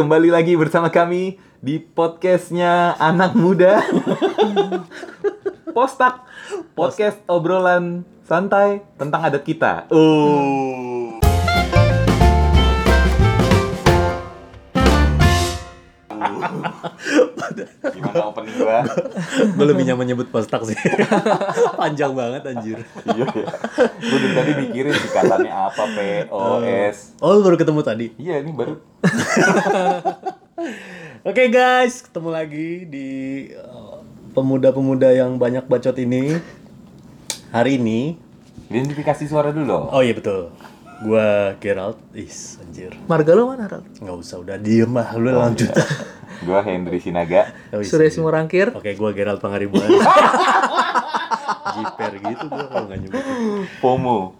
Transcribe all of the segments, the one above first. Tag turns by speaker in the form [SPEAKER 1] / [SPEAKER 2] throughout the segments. [SPEAKER 1] Kembali lagi bersama kami di podcastnya Anak Muda Postak Podcast obrolan santai tentang adat kita Oh. Gimana opening gua?
[SPEAKER 2] gue lebih nyaman nyebut postak sih panjang banget anjir
[SPEAKER 1] Iya ya Gua dari tadi mikirin singkatannya apa POS
[SPEAKER 2] oh lu baru ketemu tadi
[SPEAKER 1] Iya ini baru
[SPEAKER 2] oke guys ketemu lagi di uh, pemuda-pemuda yang banyak bacot ini hari ini
[SPEAKER 1] Identifikasi suara dulu dong
[SPEAKER 2] oh iya betul gue Gerald is anjir
[SPEAKER 3] Marga lo mana, Ral?
[SPEAKER 2] nggak usah udah diem lah lu lanjut
[SPEAKER 1] Gua Hendri Sinaga
[SPEAKER 2] Oh, is,
[SPEAKER 3] Surya
[SPEAKER 2] anjir.
[SPEAKER 3] Simorangkir.
[SPEAKER 2] oke gue Gerald Pangaribuan jiper gitu gue kalau nggak nyebut
[SPEAKER 1] FOMO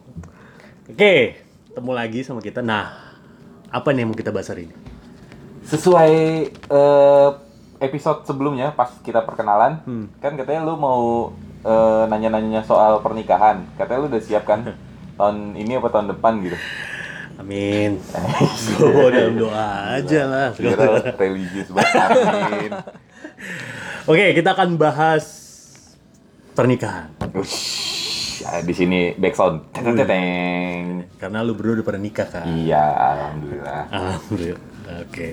[SPEAKER 2] oke ketemu lagi sama kita nah apa nih yang mau kita bahas hari ini
[SPEAKER 1] sesuai eh, episode sebelumnya pas kita perkenalan kan katanya lu mau eh, nanya-nanya soal pernikahan katanya lu udah siap kan tahun ini apa tahun depan gitu
[SPEAKER 2] Amin. Gue dalam doa aja lah.
[SPEAKER 1] Kira religius banget amin
[SPEAKER 2] Oke, kita akan bahas pernikahan.
[SPEAKER 1] Ush, ah, di sini backsound teteng
[SPEAKER 2] Karena lu berdua udah pernah nikah kan?
[SPEAKER 1] iya alhamdulillah
[SPEAKER 2] Alhamdulillah. Oke.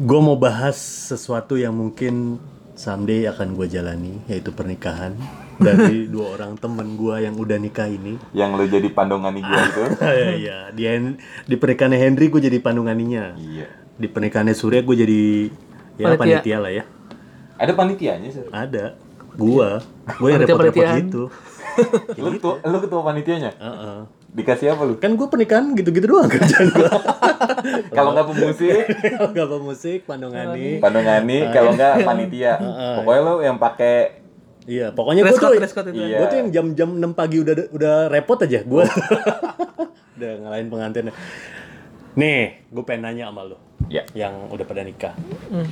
[SPEAKER 2] Gue mau bahas sesuatu yang mungkin someday akan gue jalani, yaitu pernikahan dari dua orang teman gue yang udah nikah ini.
[SPEAKER 1] yang lu jadi pandongani gua itu
[SPEAKER 2] Iya, iya. Di, Hen- di pernikahannya Henry gue jadi pandunganinya.
[SPEAKER 1] iya
[SPEAKER 2] Di pernikahannya Surya gue jadi ya
[SPEAKER 3] Panitia.
[SPEAKER 2] panitia lah ya.
[SPEAKER 1] ada panitianya sih
[SPEAKER 2] Ada. Gua, gua yang
[SPEAKER 3] Panitia
[SPEAKER 2] repot-repot
[SPEAKER 3] penelitian.
[SPEAKER 2] gitu.
[SPEAKER 1] lu ketua, lu ketua panitianya
[SPEAKER 2] Heeh.
[SPEAKER 1] dikasih apa lu
[SPEAKER 2] Kan gua pernikahan gitu-gitu doang kerjaan gua.
[SPEAKER 1] kalau nggak pemusik
[SPEAKER 2] Gak apa musik, pandongani.
[SPEAKER 1] Pandongani kalau enggak panitia. Pokoknya lo yang pakai
[SPEAKER 2] Iya, pokoknya gua
[SPEAKER 3] Dress
[SPEAKER 2] tuh
[SPEAKER 3] code, dress code itu.
[SPEAKER 1] Iya.
[SPEAKER 2] Gua tuh yang jam-jam 6 pagi udah udah repot aja gua. udah ngalahin pengantinnya. Nih, gua pengen nanya sama lu
[SPEAKER 1] ya
[SPEAKER 2] yang udah pada nikah.
[SPEAKER 3] Hmm.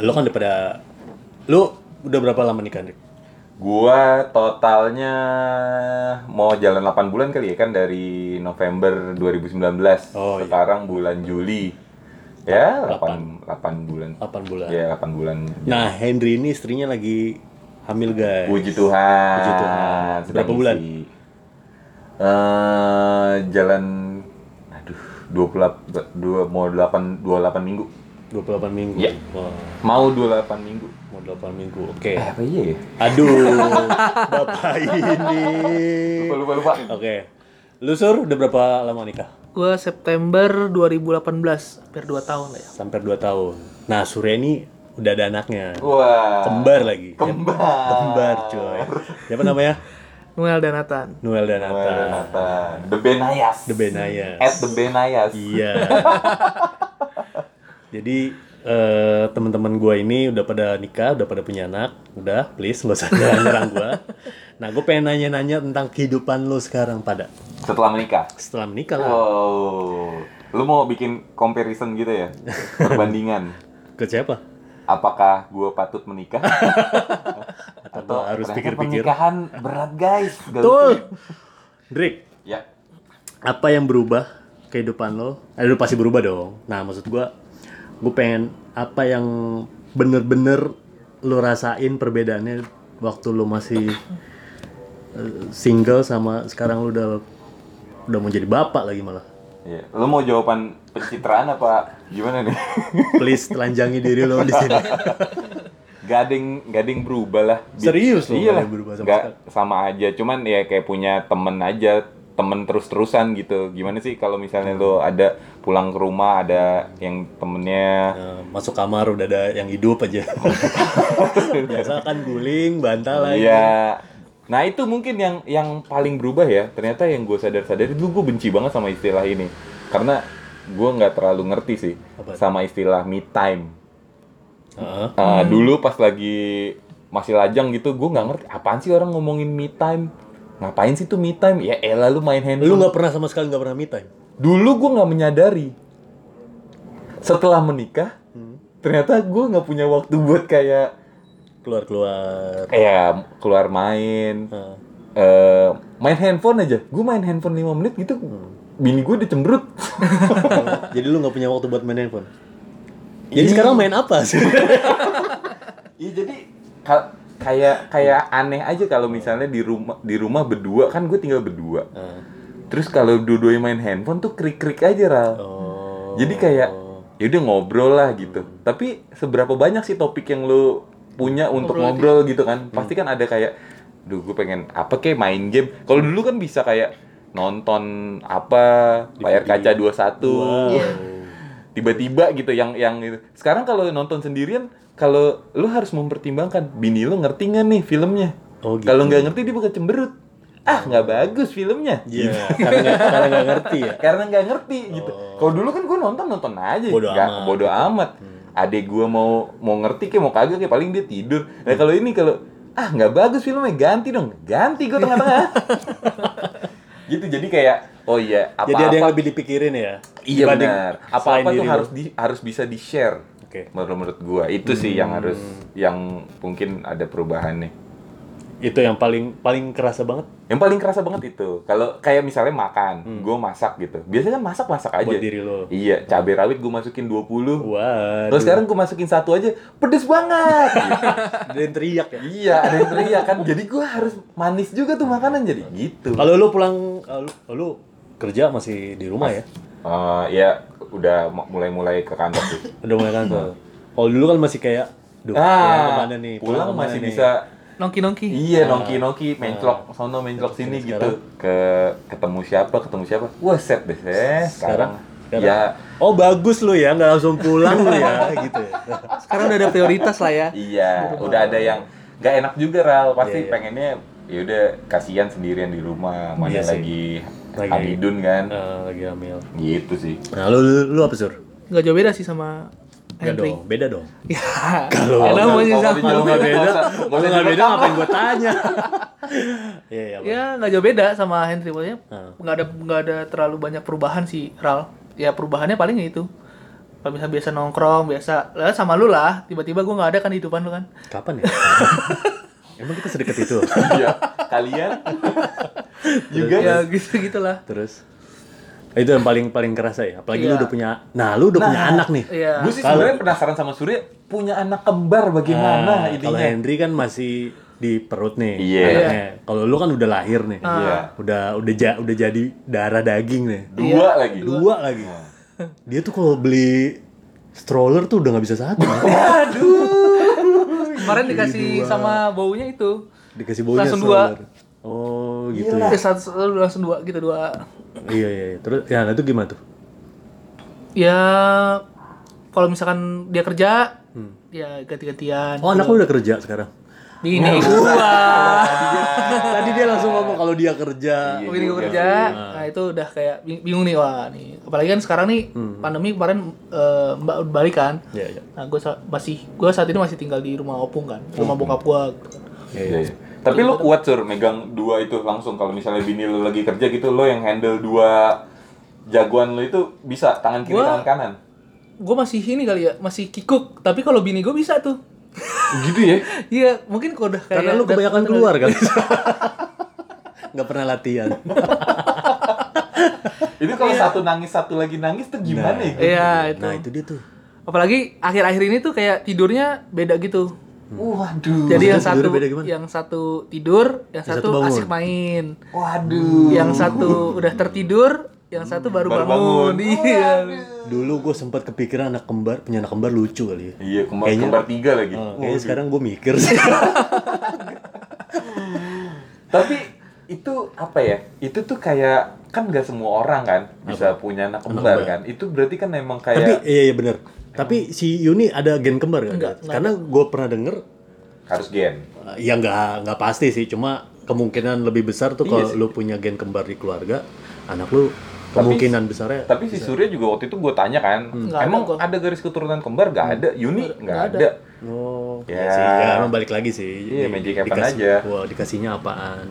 [SPEAKER 2] lu kan udah pada lu udah berapa lama nikah, Dik?
[SPEAKER 1] gua totalnya mau jalan 8 bulan kali ya kan dari November 2019.
[SPEAKER 2] Oh, iya.
[SPEAKER 1] Sekarang bulan Juli. Ya, 8 8 bulan.
[SPEAKER 2] 8 bulan.
[SPEAKER 1] Ya, 8 bulan.
[SPEAKER 2] Nah, Henry ini istrinya lagi hamil, guys.
[SPEAKER 1] Puji Tuhan.
[SPEAKER 2] Puji Tuhan.
[SPEAKER 1] Sedang
[SPEAKER 2] Berapa bulan?
[SPEAKER 1] isi. Eh, jalan aduh 28 dua- mau 8 28 minggu.
[SPEAKER 2] 28 minggu.
[SPEAKER 1] Iya.
[SPEAKER 2] Wah,
[SPEAKER 1] Mau 28 minggu.
[SPEAKER 2] mau 28 minggu. Oke.
[SPEAKER 1] Eh, apa iya ya?
[SPEAKER 2] Aduh, bapak ini.
[SPEAKER 1] Lupa lupa lupa.
[SPEAKER 2] Oke. Lu Sur, udah berapa lama nikah?
[SPEAKER 3] Gue September 2018, hampir 2 tahun lah ya.
[SPEAKER 2] Sampai 2 tahun. Nah, Surya ini udah ada anaknya.
[SPEAKER 1] Wah.
[SPEAKER 2] Kembar lagi.
[SPEAKER 1] Kembar.
[SPEAKER 2] Kembar, coy. Siapa namanya?
[SPEAKER 3] Noel dan Nathan.
[SPEAKER 2] Noel dan
[SPEAKER 1] Kembar
[SPEAKER 2] Atta.
[SPEAKER 1] Renata. The Benayas.
[SPEAKER 2] The Benayas.
[SPEAKER 1] At The Benayas.
[SPEAKER 2] Iya. Jadi eh, teman-teman gue ini udah pada nikah, udah pada punya anak, udah please nggak usah nyerang gue. Nah, gue pengen nanya-nanya tentang kehidupan lo sekarang pada
[SPEAKER 1] Setelah menikah.
[SPEAKER 2] setelah menikah lah.
[SPEAKER 1] Wow. Lu mau bikin comparison gitu ya? Perbandingan.
[SPEAKER 2] Ke siapa?
[SPEAKER 1] Apakah gue patut menikah?
[SPEAKER 2] Atau gua harus
[SPEAKER 1] ternyata
[SPEAKER 2] pikir-pikir?
[SPEAKER 1] Pernikahan berat guys. Gak
[SPEAKER 2] Betul.
[SPEAKER 1] lucu
[SPEAKER 2] Drake,
[SPEAKER 1] ya? Ya.
[SPEAKER 2] apa yang berubah kehidupan lo? Eh, lo pasti berubah dong. Nah, maksud gua gue pengen apa yang bener-bener lo rasain perbedaannya waktu lo masih eh, single sama sekarang lo udah udah mau jadi bapak lagi malah.
[SPEAKER 1] Iya. Lu mau jawaban pencitraan apa gimana nih?
[SPEAKER 2] Please telanjangi diri lo di sini.
[SPEAKER 1] Gading gading berubah lah. Bi-
[SPEAKER 2] Serius lo
[SPEAKER 1] Iya lah.
[SPEAKER 2] yang berubah sama
[SPEAKER 1] Nggak,
[SPEAKER 2] sekali?
[SPEAKER 1] sama aja. Cuman ya kayak punya temen aja, temen terus-terusan gitu. Gimana sih kalau misalnya
[SPEAKER 2] Hmm.
[SPEAKER 1] lo ada pulang ke rumah ada yang temennya
[SPEAKER 2] Eh, Masuk kamar udah ada yang hidup aja. Biasa kan guling, bantal lagi.
[SPEAKER 1] Iya. Nah itu mungkin yang yang paling berubah ya. Ternyata yang gue sadar-sadar itu gue benci banget sama istilah ini. Karena gue nggak terlalu ngerti sih
[SPEAKER 2] Apa?
[SPEAKER 1] sama istilah me time.
[SPEAKER 2] Heeh.
[SPEAKER 1] Ah, Dulu pas lagi masih lajang gitu, gue nggak ngerti apaan sih orang ngomongin me time. Ngapain sih tuh me time? Ya elah lu main handphone.
[SPEAKER 2] Lu nggak pernah sama sekali nggak pernah me time.
[SPEAKER 1] Dulu gue nggak menyadari. Setelah menikah,
[SPEAKER 2] Hmm.
[SPEAKER 1] ternyata gue nggak punya waktu buat kayak
[SPEAKER 2] Keluar-keluar.
[SPEAKER 1] ya keluar main.
[SPEAKER 2] Heeh. Hmm.
[SPEAKER 1] eh main handphone aja. Gue main handphone 5 menit gitu. bini gue udah cemberut.
[SPEAKER 2] Jadi lu nggak punya waktu buat main handphone. Jadi sekarang main apa sih?
[SPEAKER 1] Iya jadi ka- kayak kayak aneh aja kalau misalnya di rumah di rumah berdua kan gue tinggal berdua. Terus kalau dua-duanya main handphone tuh krik-krik aja Ral.
[SPEAKER 2] oh.
[SPEAKER 1] Jadi kayak ya udah ngobrol lah gitu. Tapi seberapa banyak sih topik yang lu punya untuk ngobrol, gitu kan? Pasti kan ada kayak duh gue pengen apa kayak main game. Kalau dulu kan bisa kayak nonton apa layar kaca 21. Iya. Tiba-tiba gitu yang yang itu. Sekarang kalau nonton sendirian kalau lu harus mempertimbangkan bini lu ngerti nggak nih filmnya.
[SPEAKER 2] Oh, gitu.
[SPEAKER 1] Kalau nggak ngerti dia bakal cemberut. Ah, nggak bagus filmnya
[SPEAKER 2] Iya, karena nggak karena nggak ngerti ya.
[SPEAKER 1] karena nggak ngerti gitu. Kalau dulu kan gue nonton nonton aja,
[SPEAKER 2] Oh. Bodo
[SPEAKER 1] nggak
[SPEAKER 2] amat. Hmm.
[SPEAKER 1] bodo amat. Adek gue mau mau ngerti kayak mau kagak kayak paling dia tidur. Nah kalau ini kalau ah nggak bagus filmnya ganti dong, ganti gue tengah-tengah. gitu jadi kayak oh iya apa
[SPEAKER 2] Jadi ada yang
[SPEAKER 1] apa
[SPEAKER 2] lebih dipikirin ya.
[SPEAKER 1] iya
[SPEAKER 2] dibanding
[SPEAKER 1] benar apa
[SPEAKER 2] selain
[SPEAKER 1] apa tuh
[SPEAKER 2] diri lu.
[SPEAKER 1] harus di, harus bisa di share.
[SPEAKER 2] Oke.
[SPEAKER 1] Menurut menurut gue itu sih
[SPEAKER 2] Hmm.
[SPEAKER 1] yang harus yang mungkin ada perubahannya.
[SPEAKER 2] Itu yang paling paling kerasa banget
[SPEAKER 1] Yang paling kerasa banget itu kalau kayak misalnya makan, gue masak gitu. Biasanya kan masak masak aja.
[SPEAKER 2] Hmm. buat diri lo.
[SPEAKER 1] Iya, cabai rawit gue masukin 20.
[SPEAKER 2] Wah.
[SPEAKER 1] Terus sekarang gue masukin satu aja, pedes banget. Gitu.
[SPEAKER 2] ada yang teriak ya.
[SPEAKER 1] iya, ada yang teriak kan. Jadi gue harus manis juga tuh makanan jadi gitu.
[SPEAKER 2] Kalau lu pulang eh, lu, lu kerja masih di rumah ya?
[SPEAKER 1] Eh, ya udah mu- mulai-mulai ke kantor sih.
[SPEAKER 2] Udah mulai kantor. Kalau dulu kan masih kayak Duh, pulang
[SPEAKER 1] Nah. Ah,
[SPEAKER 2] kemana nih?
[SPEAKER 1] pulang
[SPEAKER 2] kemana
[SPEAKER 1] masih
[SPEAKER 2] nih?
[SPEAKER 1] bisa
[SPEAKER 3] Nongki nongki.
[SPEAKER 2] Nah.
[SPEAKER 1] Iya, nongki-nongki, menclok sono, menclok sini gitu. Ke ketemu siapa, ketemu siapa. Wah, set deh, eh,
[SPEAKER 2] sekarang.
[SPEAKER 1] sekarang.
[SPEAKER 2] sekarang.
[SPEAKER 1] Ya,
[SPEAKER 2] Oh bagus lu ya, nggak langsung pulang lu ya, gitu ya.
[SPEAKER 3] Ah, Sekarang udah ada prioritas lah ya.
[SPEAKER 1] Iya, udah ada yang nggak enak juga Ral, pasti
[SPEAKER 2] Iya, iya.
[SPEAKER 1] pengennya ya udah kasihan sendirian di rumah, mana
[SPEAKER 2] Iya sih.
[SPEAKER 1] lagi
[SPEAKER 2] Lagi-
[SPEAKER 1] Abidun kan.
[SPEAKER 2] Eh, lagi hamil.
[SPEAKER 1] Gitu sih.
[SPEAKER 2] Nah lu, lu, lu apa sur?
[SPEAKER 3] Nggak jauh beda sih sama
[SPEAKER 2] Nggak
[SPEAKER 3] Henry.
[SPEAKER 2] dong, beda dong.
[SPEAKER 3] Ya.
[SPEAKER 2] Kalau-
[SPEAKER 3] Ella masih
[SPEAKER 1] kalau dijauh-
[SPEAKER 3] sama.
[SPEAKER 2] Kalau nggak
[SPEAKER 1] Nggak
[SPEAKER 2] beda,
[SPEAKER 1] usah- nggak
[SPEAKER 2] kalau
[SPEAKER 1] usah
[SPEAKER 2] nggak beda
[SPEAKER 1] direkam.
[SPEAKER 2] ngapain gua tanya? Iya iya. Bang.
[SPEAKER 3] Ya nggak jauh beda sama Henry maksudnya.
[SPEAKER 2] Nah.
[SPEAKER 3] Nggak ada nggak ada terlalu banyak perubahan sih Ral. Ya perubahannya paling ya itu. Kalau misalnya biasa nongkrong, biasa lah sama lu lah. Tiba-tiba gue nggak ada kan di depan lu kan.
[SPEAKER 2] Kapan ya? Emang kita sedekat itu.
[SPEAKER 1] Iya, kalian
[SPEAKER 2] Iya.
[SPEAKER 1] juga
[SPEAKER 3] Ya gitu gitulah.
[SPEAKER 2] Terus itu yang paling paling kerasa ya. Apalagi lu
[SPEAKER 3] Iya.
[SPEAKER 2] udah punya, nah lu udah punya anak nih.
[SPEAKER 3] Iya.
[SPEAKER 1] Gue sih sebenarnya penasaran sama Surya punya anak kembar bagaimana
[SPEAKER 2] Nah, kalau
[SPEAKER 1] ininya.
[SPEAKER 2] Henry kan masih di perut nih.
[SPEAKER 1] Iya.
[SPEAKER 2] anaknya. Kalau lu kan udah lahir nih.
[SPEAKER 1] Iya.
[SPEAKER 2] Udah udah ja- udah jadi darah daging nih.
[SPEAKER 1] Dua lagi.
[SPEAKER 2] Iya, Dua lagi. Dia tuh kalau beli stroller tuh udah nggak bisa satu. kan.
[SPEAKER 3] Kemarin dikasih sama baunya itu.
[SPEAKER 2] Dikasih baunya
[SPEAKER 3] Langsung dua.
[SPEAKER 2] stroller. Oh, gitu
[SPEAKER 3] Ya,
[SPEAKER 2] ya.
[SPEAKER 3] satu, satu langsung dua gitu dua.
[SPEAKER 2] Iya, iya, iya. Terus ya nah itu gimana tuh?
[SPEAKER 3] Ya kalau misalkan dia kerja,
[SPEAKER 2] Hmm.
[SPEAKER 3] ya ganti-gantian.
[SPEAKER 2] Oh, anak lu udah kerja sekarang.
[SPEAKER 3] Bini gua.
[SPEAKER 2] Tadi dia langsung ngomong kalau dia kerja.
[SPEAKER 3] Bini gua kerja. Nah, itu udah kayak bing- bingung nih wah nih. Apalagi kan sekarang nih pandemi kemarin eh, Mbak udah balik kan.
[SPEAKER 2] Hmm. Iya, iya.
[SPEAKER 3] Nah, gua sa- masih gua saat ini masih tinggal di rumah opung kan, rumah bokap gua.
[SPEAKER 1] Iya, iya. Tapi lo kuat sur megang dua itu langsung kalau misalnya bini lo lagi kerja gitu lo yang handle dua jagoan lo itu bisa tangan kiri
[SPEAKER 3] Gua-
[SPEAKER 1] tangan kanan.
[SPEAKER 3] Gua masih ini kali ya, masih kikuk. Tapi kalau bini gua bisa tuh.
[SPEAKER 1] Gitu ya.
[SPEAKER 3] Iya, mungkin kalau udah kayak
[SPEAKER 2] Karena lu
[SPEAKER 3] udah-
[SPEAKER 2] kebanyakan keluar kali. Nggak pernah latihan.
[SPEAKER 1] Itu kalau satu nangis satu lagi nangis tuh gimana ya?
[SPEAKER 3] Iya, itu.
[SPEAKER 2] Nah, itu dia tuh.
[SPEAKER 3] Apalagi akhir-akhir ini tuh kayak tidurnya beda gitu.
[SPEAKER 1] Waduh.
[SPEAKER 3] Jadi
[SPEAKER 2] Hmm, tidurnya
[SPEAKER 3] yang satu
[SPEAKER 2] beda gimana?
[SPEAKER 3] yang satu tidur, yang,
[SPEAKER 2] satu
[SPEAKER 3] satu,
[SPEAKER 2] bangun.
[SPEAKER 3] asik main.
[SPEAKER 1] Waduh.
[SPEAKER 3] Yang satu udah tertidur, yang satu baru,
[SPEAKER 1] Baru
[SPEAKER 3] bangun. Iya.
[SPEAKER 2] Dulu gue sempat kepikiran anak kembar, punya anak kembar lucu kali ya.
[SPEAKER 1] Iya, kembar,
[SPEAKER 2] Kayaknya-
[SPEAKER 1] kembar tiga lagi.
[SPEAKER 2] Oh, kayaknya sekarang gue mikir sih.
[SPEAKER 1] Tapi itu apa ya? Itu tuh kayak kan nggak semua orang kan bisa punya anak kembar kan. Itu berarti kan emang
[SPEAKER 2] Tapi
[SPEAKER 1] kayak
[SPEAKER 2] iya iya benar. Tapi si Yuni ada gen kembar nggak? Karena gue pernah denger
[SPEAKER 1] harus gen.
[SPEAKER 2] eh, ya nggak nggak pasti sih, cuma kemungkinan lebih besar
[SPEAKER 1] Iya
[SPEAKER 2] tuh kalau lu punya gen kembar di keluarga, anak lu kemungkinan besarnya
[SPEAKER 1] Tapi si Surya juga wakti itu gue tanya kan,
[SPEAKER 3] Hmm. Nggak ada
[SPEAKER 1] emang
[SPEAKER 3] gua. Hmm.
[SPEAKER 1] ada, garis keturunan kembar? Gak ada. Yuni nggak ada.
[SPEAKER 2] Oh,
[SPEAKER 1] Ya.
[SPEAKER 2] ya sih. Ya, emang balik lagi sih.
[SPEAKER 1] Iya,
[SPEAKER 2] Di-
[SPEAKER 1] magic happen
[SPEAKER 2] dikasih-
[SPEAKER 1] aja.
[SPEAKER 2] Wah, dikasihnya apaan?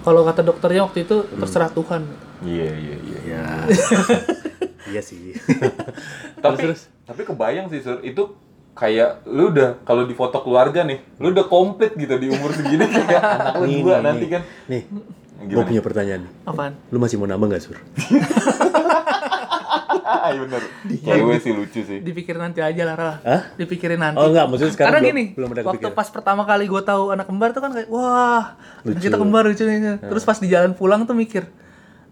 [SPEAKER 3] Kalau kata dokternya waktu itu
[SPEAKER 2] Hmm.
[SPEAKER 3] terserah Tuhan.
[SPEAKER 1] Iya iya iya.
[SPEAKER 2] Ya. iya sih.
[SPEAKER 1] Tapi tapi kebayang sih Sur, itu kayak lu udah kalau di foto keluarga nih, lu udah komplit gitu di umur segini kayak anak lu dua nanti kan.
[SPEAKER 2] Nih, Gue punya pertanyaan. nih.
[SPEAKER 3] Apaan?
[SPEAKER 2] Lu masih mau nambah nggak sur?
[SPEAKER 1] Iya bener. Cewek sih lucu sih.
[SPEAKER 3] Dipikir nanti aja lah, Ral.
[SPEAKER 2] Hah?
[SPEAKER 3] Dipikirin nanti.
[SPEAKER 2] Oh enggak, maksudnya sekarang
[SPEAKER 3] Karena
[SPEAKER 2] belum,
[SPEAKER 3] gini,
[SPEAKER 2] belum ada
[SPEAKER 3] waktu
[SPEAKER 2] kepikiran.
[SPEAKER 3] pas pertama kali gue tahu anak kembar tuh kan kayak wah, kita kembar lucu
[SPEAKER 2] Nah.
[SPEAKER 3] nih. Terus pas di jalan pulang tuh mikir,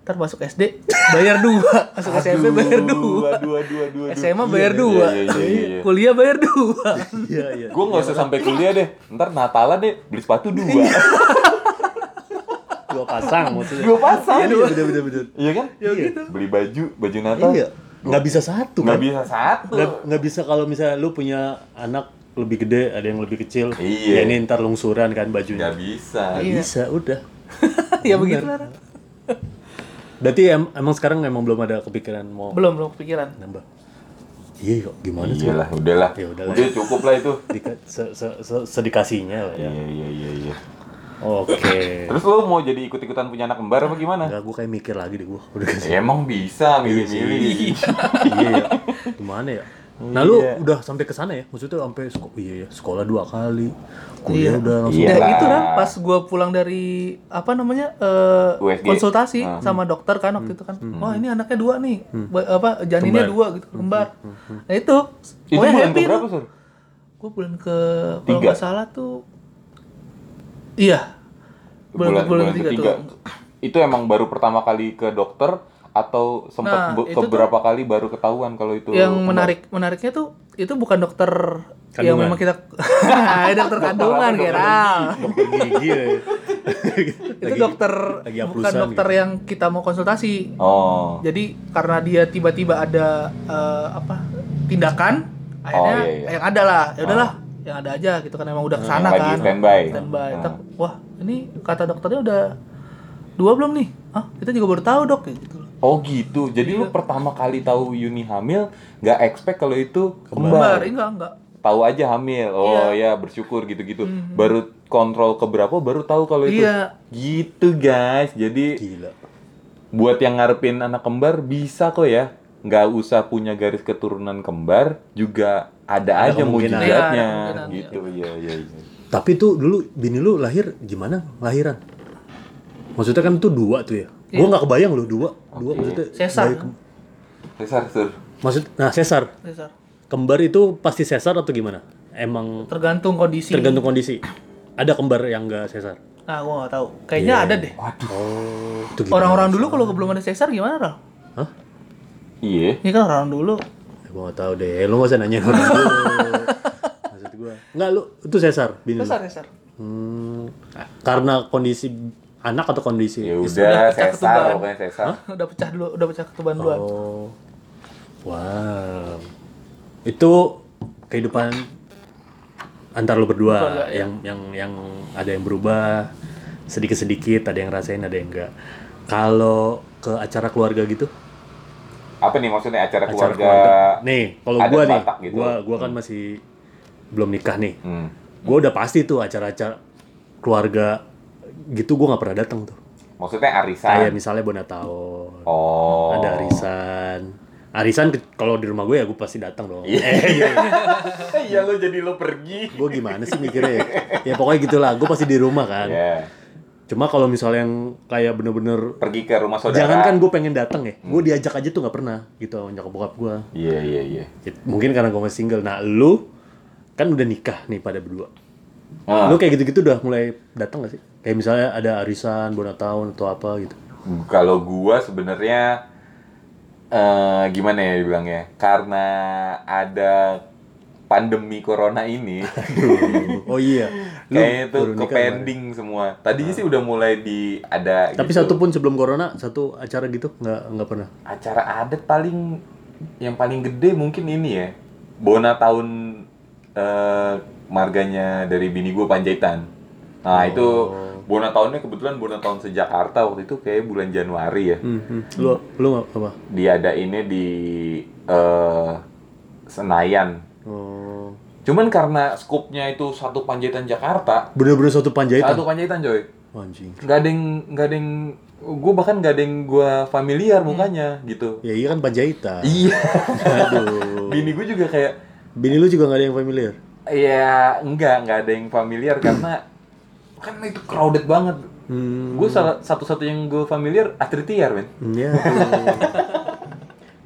[SPEAKER 3] ntar masuk SD bayar dua, masuk SMP bayar dua,
[SPEAKER 1] Dua, dua, dua, dua.
[SPEAKER 3] SMA bayar dua,
[SPEAKER 1] iya, iya, iya, iya.
[SPEAKER 3] kuliah bayar dua.
[SPEAKER 2] Iya iya.
[SPEAKER 1] Gue nggak usah sampai kuliah deh. Ntar Natalan deh beli sepatu dua.
[SPEAKER 3] Iya.
[SPEAKER 2] Dua pasang maksudnya.
[SPEAKER 1] Dua pasang.
[SPEAKER 2] Iya bener bener bener.
[SPEAKER 1] Iya kan?
[SPEAKER 3] ya gitu.
[SPEAKER 1] Beli baju, baju Natal.
[SPEAKER 2] Iya. Nggak bisa satu
[SPEAKER 1] Nggak
[SPEAKER 2] kan?
[SPEAKER 1] bisa satu.
[SPEAKER 2] Nggak, nggak bisa kalau misalnya lu punya anak lebih gede, ada yang lebih kecil.
[SPEAKER 1] Iya.
[SPEAKER 2] Ya ini ntar lungsuran kan bajunya.
[SPEAKER 1] Nggak bisa.
[SPEAKER 2] Nggak
[SPEAKER 3] Iya.
[SPEAKER 2] bisa, udah.
[SPEAKER 3] ya begitu lah. Ral.
[SPEAKER 2] Berarti em- emang sekarang emang belum ada kepikiran mau
[SPEAKER 3] Belum belum kepikiran.
[SPEAKER 2] nambah. Iya, kok, gimana sih?
[SPEAKER 1] Iyalah, udahlah.
[SPEAKER 2] Ya, udahlah.
[SPEAKER 1] Udah cukup lah itu.
[SPEAKER 2] Dika- se- se- se- sedikasinya lah ya.
[SPEAKER 1] Iya, iya, iya, iya.
[SPEAKER 2] Oke.
[SPEAKER 1] Terus lu mau jadi ikut-ikutan punya anak kembar apa gimana?
[SPEAKER 2] Enggak, gue kayak mikir lagi deh gue. Udah kasih.
[SPEAKER 1] Ya, emang bisa milih-milih.
[SPEAKER 2] iya ya. Gimana ya? Nah lu
[SPEAKER 1] Iya.
[SPEAKER 2] udah sampai ke sana ya? Maksudnya sampai seko- iya ya, sekolah dua kali, kuliah
[SPEAKER 3] Iya.
[SPEAKER 2] udah langsung.
[SPEAKER 1] Iya.
[SPEAKER 3] Ya
[SPEAKER 1] Iyalah.
[SPEAKER 3] itu kan pas gua pulang dari apa namanya eh,
[SPEAKER 1] USG.
[SPEAKER 3] konsultasi
[SPEAKER 1] Hmm.
[SPEAKER 3] sama dokter kan waktu itu kan. Wah ini anaknya dua nih, Ba- apa janinnya
[SPEAKER 2] Kembar.
[SPEAKER 3] dua gitu kembar.
[SPEAKER 1] Hmm,
[SPEAKER 3] Nah itu,
[SPEAKER 1] itu
[SPEAKER 3] pokoknya
[SPEAKER 1] bulan
[SPEAKER 3] happy.
[SPEAKER 1] keberapa, Sur?
[SPEAKER 3] Gue bulan ke kalau
[SPEAKER 1] Tiga.
[SPEAKER 3] nggak salah tuh, iya bulan bulan, ketiga, tuh.
[SPEAKER 1] Itu emang baru pertama kali ke dokter atau
[SPEAKER 3] Nah,
[SPEAKER 1] sempat be-
[SPEAKER 3] itu tuh-
[SPEAKER 1] beberapa kali baru ketahuan kalau itu
[SPEAKER 3] Yang
[SPEAKER 1] kembar?
[SPEAKER 3] menarik menariknya tuh itu bukan dokter yang
[SPEAKER 2] Kandungan.
[SPEAKER 3] memang kita dokter kandungan
[SPEAKER 1] dokter
[SPEAKER 3] Geral.
[SPEAKER 2] Dokter gigi ya.
[SPEAKER 3] Itu dokter
[SPEAKER 2] lagi
[SPEAKER 3] bukan
[SPEAKER 2] haplusan
[SPEAKER 3] dokter
[SPEAKER 2] gitu.
[SPEAKER 3] yang kita mau konsultasi.
[SPEAKER 1] Oh.
[SPEAKER 3] Jadi karena dia tiba-tiba ada eh, apa tindakan, akhirnya
[SPEAKER 1] iya, iya.
[SPEAKER 3] yang ada lah, ya udahlah, yang ada aja gitu kan emang udah kesana
[SPEAKER 1] yang lagi
[SPEAKER 3] kan.
[SPEAKER 1] standby.
[SPEAKER 3] Standby.
[SPEAKER 1] Hmm.
[SPEAKER 3] Tek, wah ini kata dokternya udah dua belum nih? Ah kita juga baru tahu dok kayak gitu. loh.
[SPEAKER 1] Oh gitu. Jadi
[SPEAKER 3] Iya.
[SPEAKER 1] lu pertama kali tahu Yuni hamil, nggak expect kalau itu kembar.
[SPEAKER 3] Kembar, ini enggak enggak.
[SPEAKER 1] Tahu aja hamil. Oh ya
[SPEAKER 3] Iya.
[SPEAKER 1] bersyukur gitu-gitu. Baru kontrol ke berapa baru tahu kalau itu.
[SPEAKER 3] Mhm. Iya.
[SPEAKER 1] Gitu guys. Jadi
[SPEAKER 2] Gila.
[SPEAKER 1] buat yang ngarepin anak kembar bisa kok ya. Nggak usah punya garis keturunan kembar juga ada, aja
[SPEAKER 2] kemungkinan.
[SPEAKER 1] mujizatnya
[SPEAKER 3] Iya, ada kemungkinan,
[SPEAKER 1] gitu. Iya iya iya.
[SPEAKER 2] Tapi tuh dulu bini lu lahir gimana? Lahiran. Maksudnya kan tuh dua tuh ya. Gua nggak kebayang loh dua, dua maksudnya.
[SPEAKER 3] Iya. Sesar.
[SPEAKER 2] bayi kem-
[SPEAKER 1] Besar, Sur.
[SPEAKER 2] Maksud nah sesar.
[SPEAKER 3] Sesar.
[SPEAKER 2] Kembar itu pasti sesar atau gimana? Emang
[SPEAKER 3] Tergantung kondisi.
[SPEAKER 2] tergantung kondisi. Ada kembar yang nggak sesar.
[SPEAKER 3] Nah gua nggak tahu. Kayaknya ada deh.
[SPEAKER 2] Oh,
[SPEAKER 3] Orang-orang dulu kalau belum ada sesar gimana Ral?
[SPEAKER 2] Hah?
[SPEAKER 1] Iya.
[SPEAKER 3] Ini kan orang dulu.
[SPEAKER 2] Ya, gua gak tau deh, lu gak usah nanya orang dulu. Maksud gua. Enggak, lu itu sesar bini lu.
[SPEAKER 3] Sesar, sesar.
[SPEAKER 2] Hmm, karena kondisi anak atau kondisi
[SPEAKER 1] Ya
[SPEAKER 2] istri?
[SPEAKER 1] udah,
[SPEAKER 3] udah pecah
[SPEAKER 1] sesar
[SPEAKER 3] ketumbaran.
[SPEAKER 1] pokoknya sesar.
[SPEAKER 3] udah pecah dulu, udah pecah ketuban duluan.
[SPEAKER 2] Oh. Wow. Itu kehidupan antar lu
[SPEAKER 3] Keluarga,
[SPEAKER 2] berdua
[SPEAKER 3] ya.
[SPEAKER 2] yang yang yang ada yang berubah sedikit-sedikit, ada yang rasain, ada yang enggak. Kalau ke acara keluarga gitu,
[SPEAKER 1] Apa nih maksudnya acara
[SPEAKER 2] acara
[SPEAKER 1] keluarga?
[SPEAKER 2] keluarga. Nih, kalau
[SPEAKER 1] adat
[SPEAKER 2] gua nih,
[SPEAKER 1] Batak gitu.
[SPEAKER 2] gua gua kan masih belum nikah nih.
[SPEAKER 1] Hmm.
[SPEAKER 2] Gua udah pasti tuh acara-acara keluarga gitu gua nggak pernah datang tuh.
[SPEAKER 1] Maksudnya arisan.
[SPEAKER 2] Kayak misalnya Bona Tahun,
[SPEAKER 1] Oh.
[SPEAKER 2] ada arisan. Arisan ke- kalau di rumah gue ya gue pasti datang dong.
[SPEAKER 1] Iya.
[SPEAKER 2] Eh, iya.
[SPEAKER 1] Iya lo jadi lo pergi.
[SPEAKER 2] gue gimana sih mikirnya ya? Ya pokoknya gitulah, gue pasti di rumah kan.
[SPEAKER 1] Iya.
[SPEAKER 2] Cuma kalau misalnya yang kayak bener-bener
[SPEAKER 1] Pergi ke rumah saudara. Hmm.
[SPEAKER 2] jangankan gue pengen datang ya, gue diajak aja tuh nggak pernah gitu sama nyokap bokap gue.
[SPEAKER 1] Iya iya iya.
[SPEAKER 2] Ya, Mungkin karena gue masih single. Nah lu kan udah nikah nih pada berdua.
[SPEAKER 1] Ah,
[SPEAKER 2] Lu kayak gitu-gitu udah mulai datang gak sih? Kayak misalnya ada arisan, bona tahun atau apa gitu.
[SPEAKER 1] Kalau gua sebenarnya eh gimana ya bilangnya? Karena ada pandemi corona ini,
[SPEAKER 2] oh iya. Lu
[SPEAKER 1] kayaknya tuh
[SPEAKER 2] baru
[SPEAKER 1] ke
[SPEAKER 2] nikah
[SPEAKER 1] pending semua. Tadinya sih udah mulai di ada.
[SPEAKER 2] kemarin. Tapi
[SPEAKER 1] gitu.
[SPEAKER 2] satu pun sebelum corona satu acara gitu nggak nggak pernah.
[SPEAKER 1] acara adat paling yang paling gede mungkin ini ya bona tahun eh, marganya dari bini gue Panjaitan nah itu
[SPEAKER 2] Oh.
[SPEAKER 1] bona tahunnya kebetulan bona tahun sejakarta waktu itu kayak bulan Januari ya
[SPEAKER 2] Hmm, hmm. Lu lu nggak apa?
[SPEAKER 1] diadainnya di eh, Senayan
[SPEAKER 2] Oh.
[SPEAKER 1] cuman karena skupnya itu satu Panjaitan Jakarta
[SPEAKER 2] Bener-bener
[SPEAKER 1] satu
[SPEAKER 2] satu panjaitan. Oh,
[SPEAKER 1] Panjaitan coy
[SPEAKER 2] Anjing.
[SPEAKER 1] nggak ada yang nggak ada yang gue bahkan nggak ada yang gue familiar mukanya gitu
[SPEAKER 2] Ya Hmm. iya kan panjaitan.
[SPEAKER 1] iya
[SPEAKER 2] Aduh.
[SPEAKER 1] bini gue juga kayak
[SPEAKER 2] Bini lu juga nggak ada yang familiar. Hmm.
[SPEAKER 1] Ya enggak, enggak ada yang familiar karena kan itu crowded banget
[SPEAKER 2] Hmm.
[SPEAKER 1] gue salah satu-satu yang gue familiar Atritiar men
[SPEAKER 2] Iya.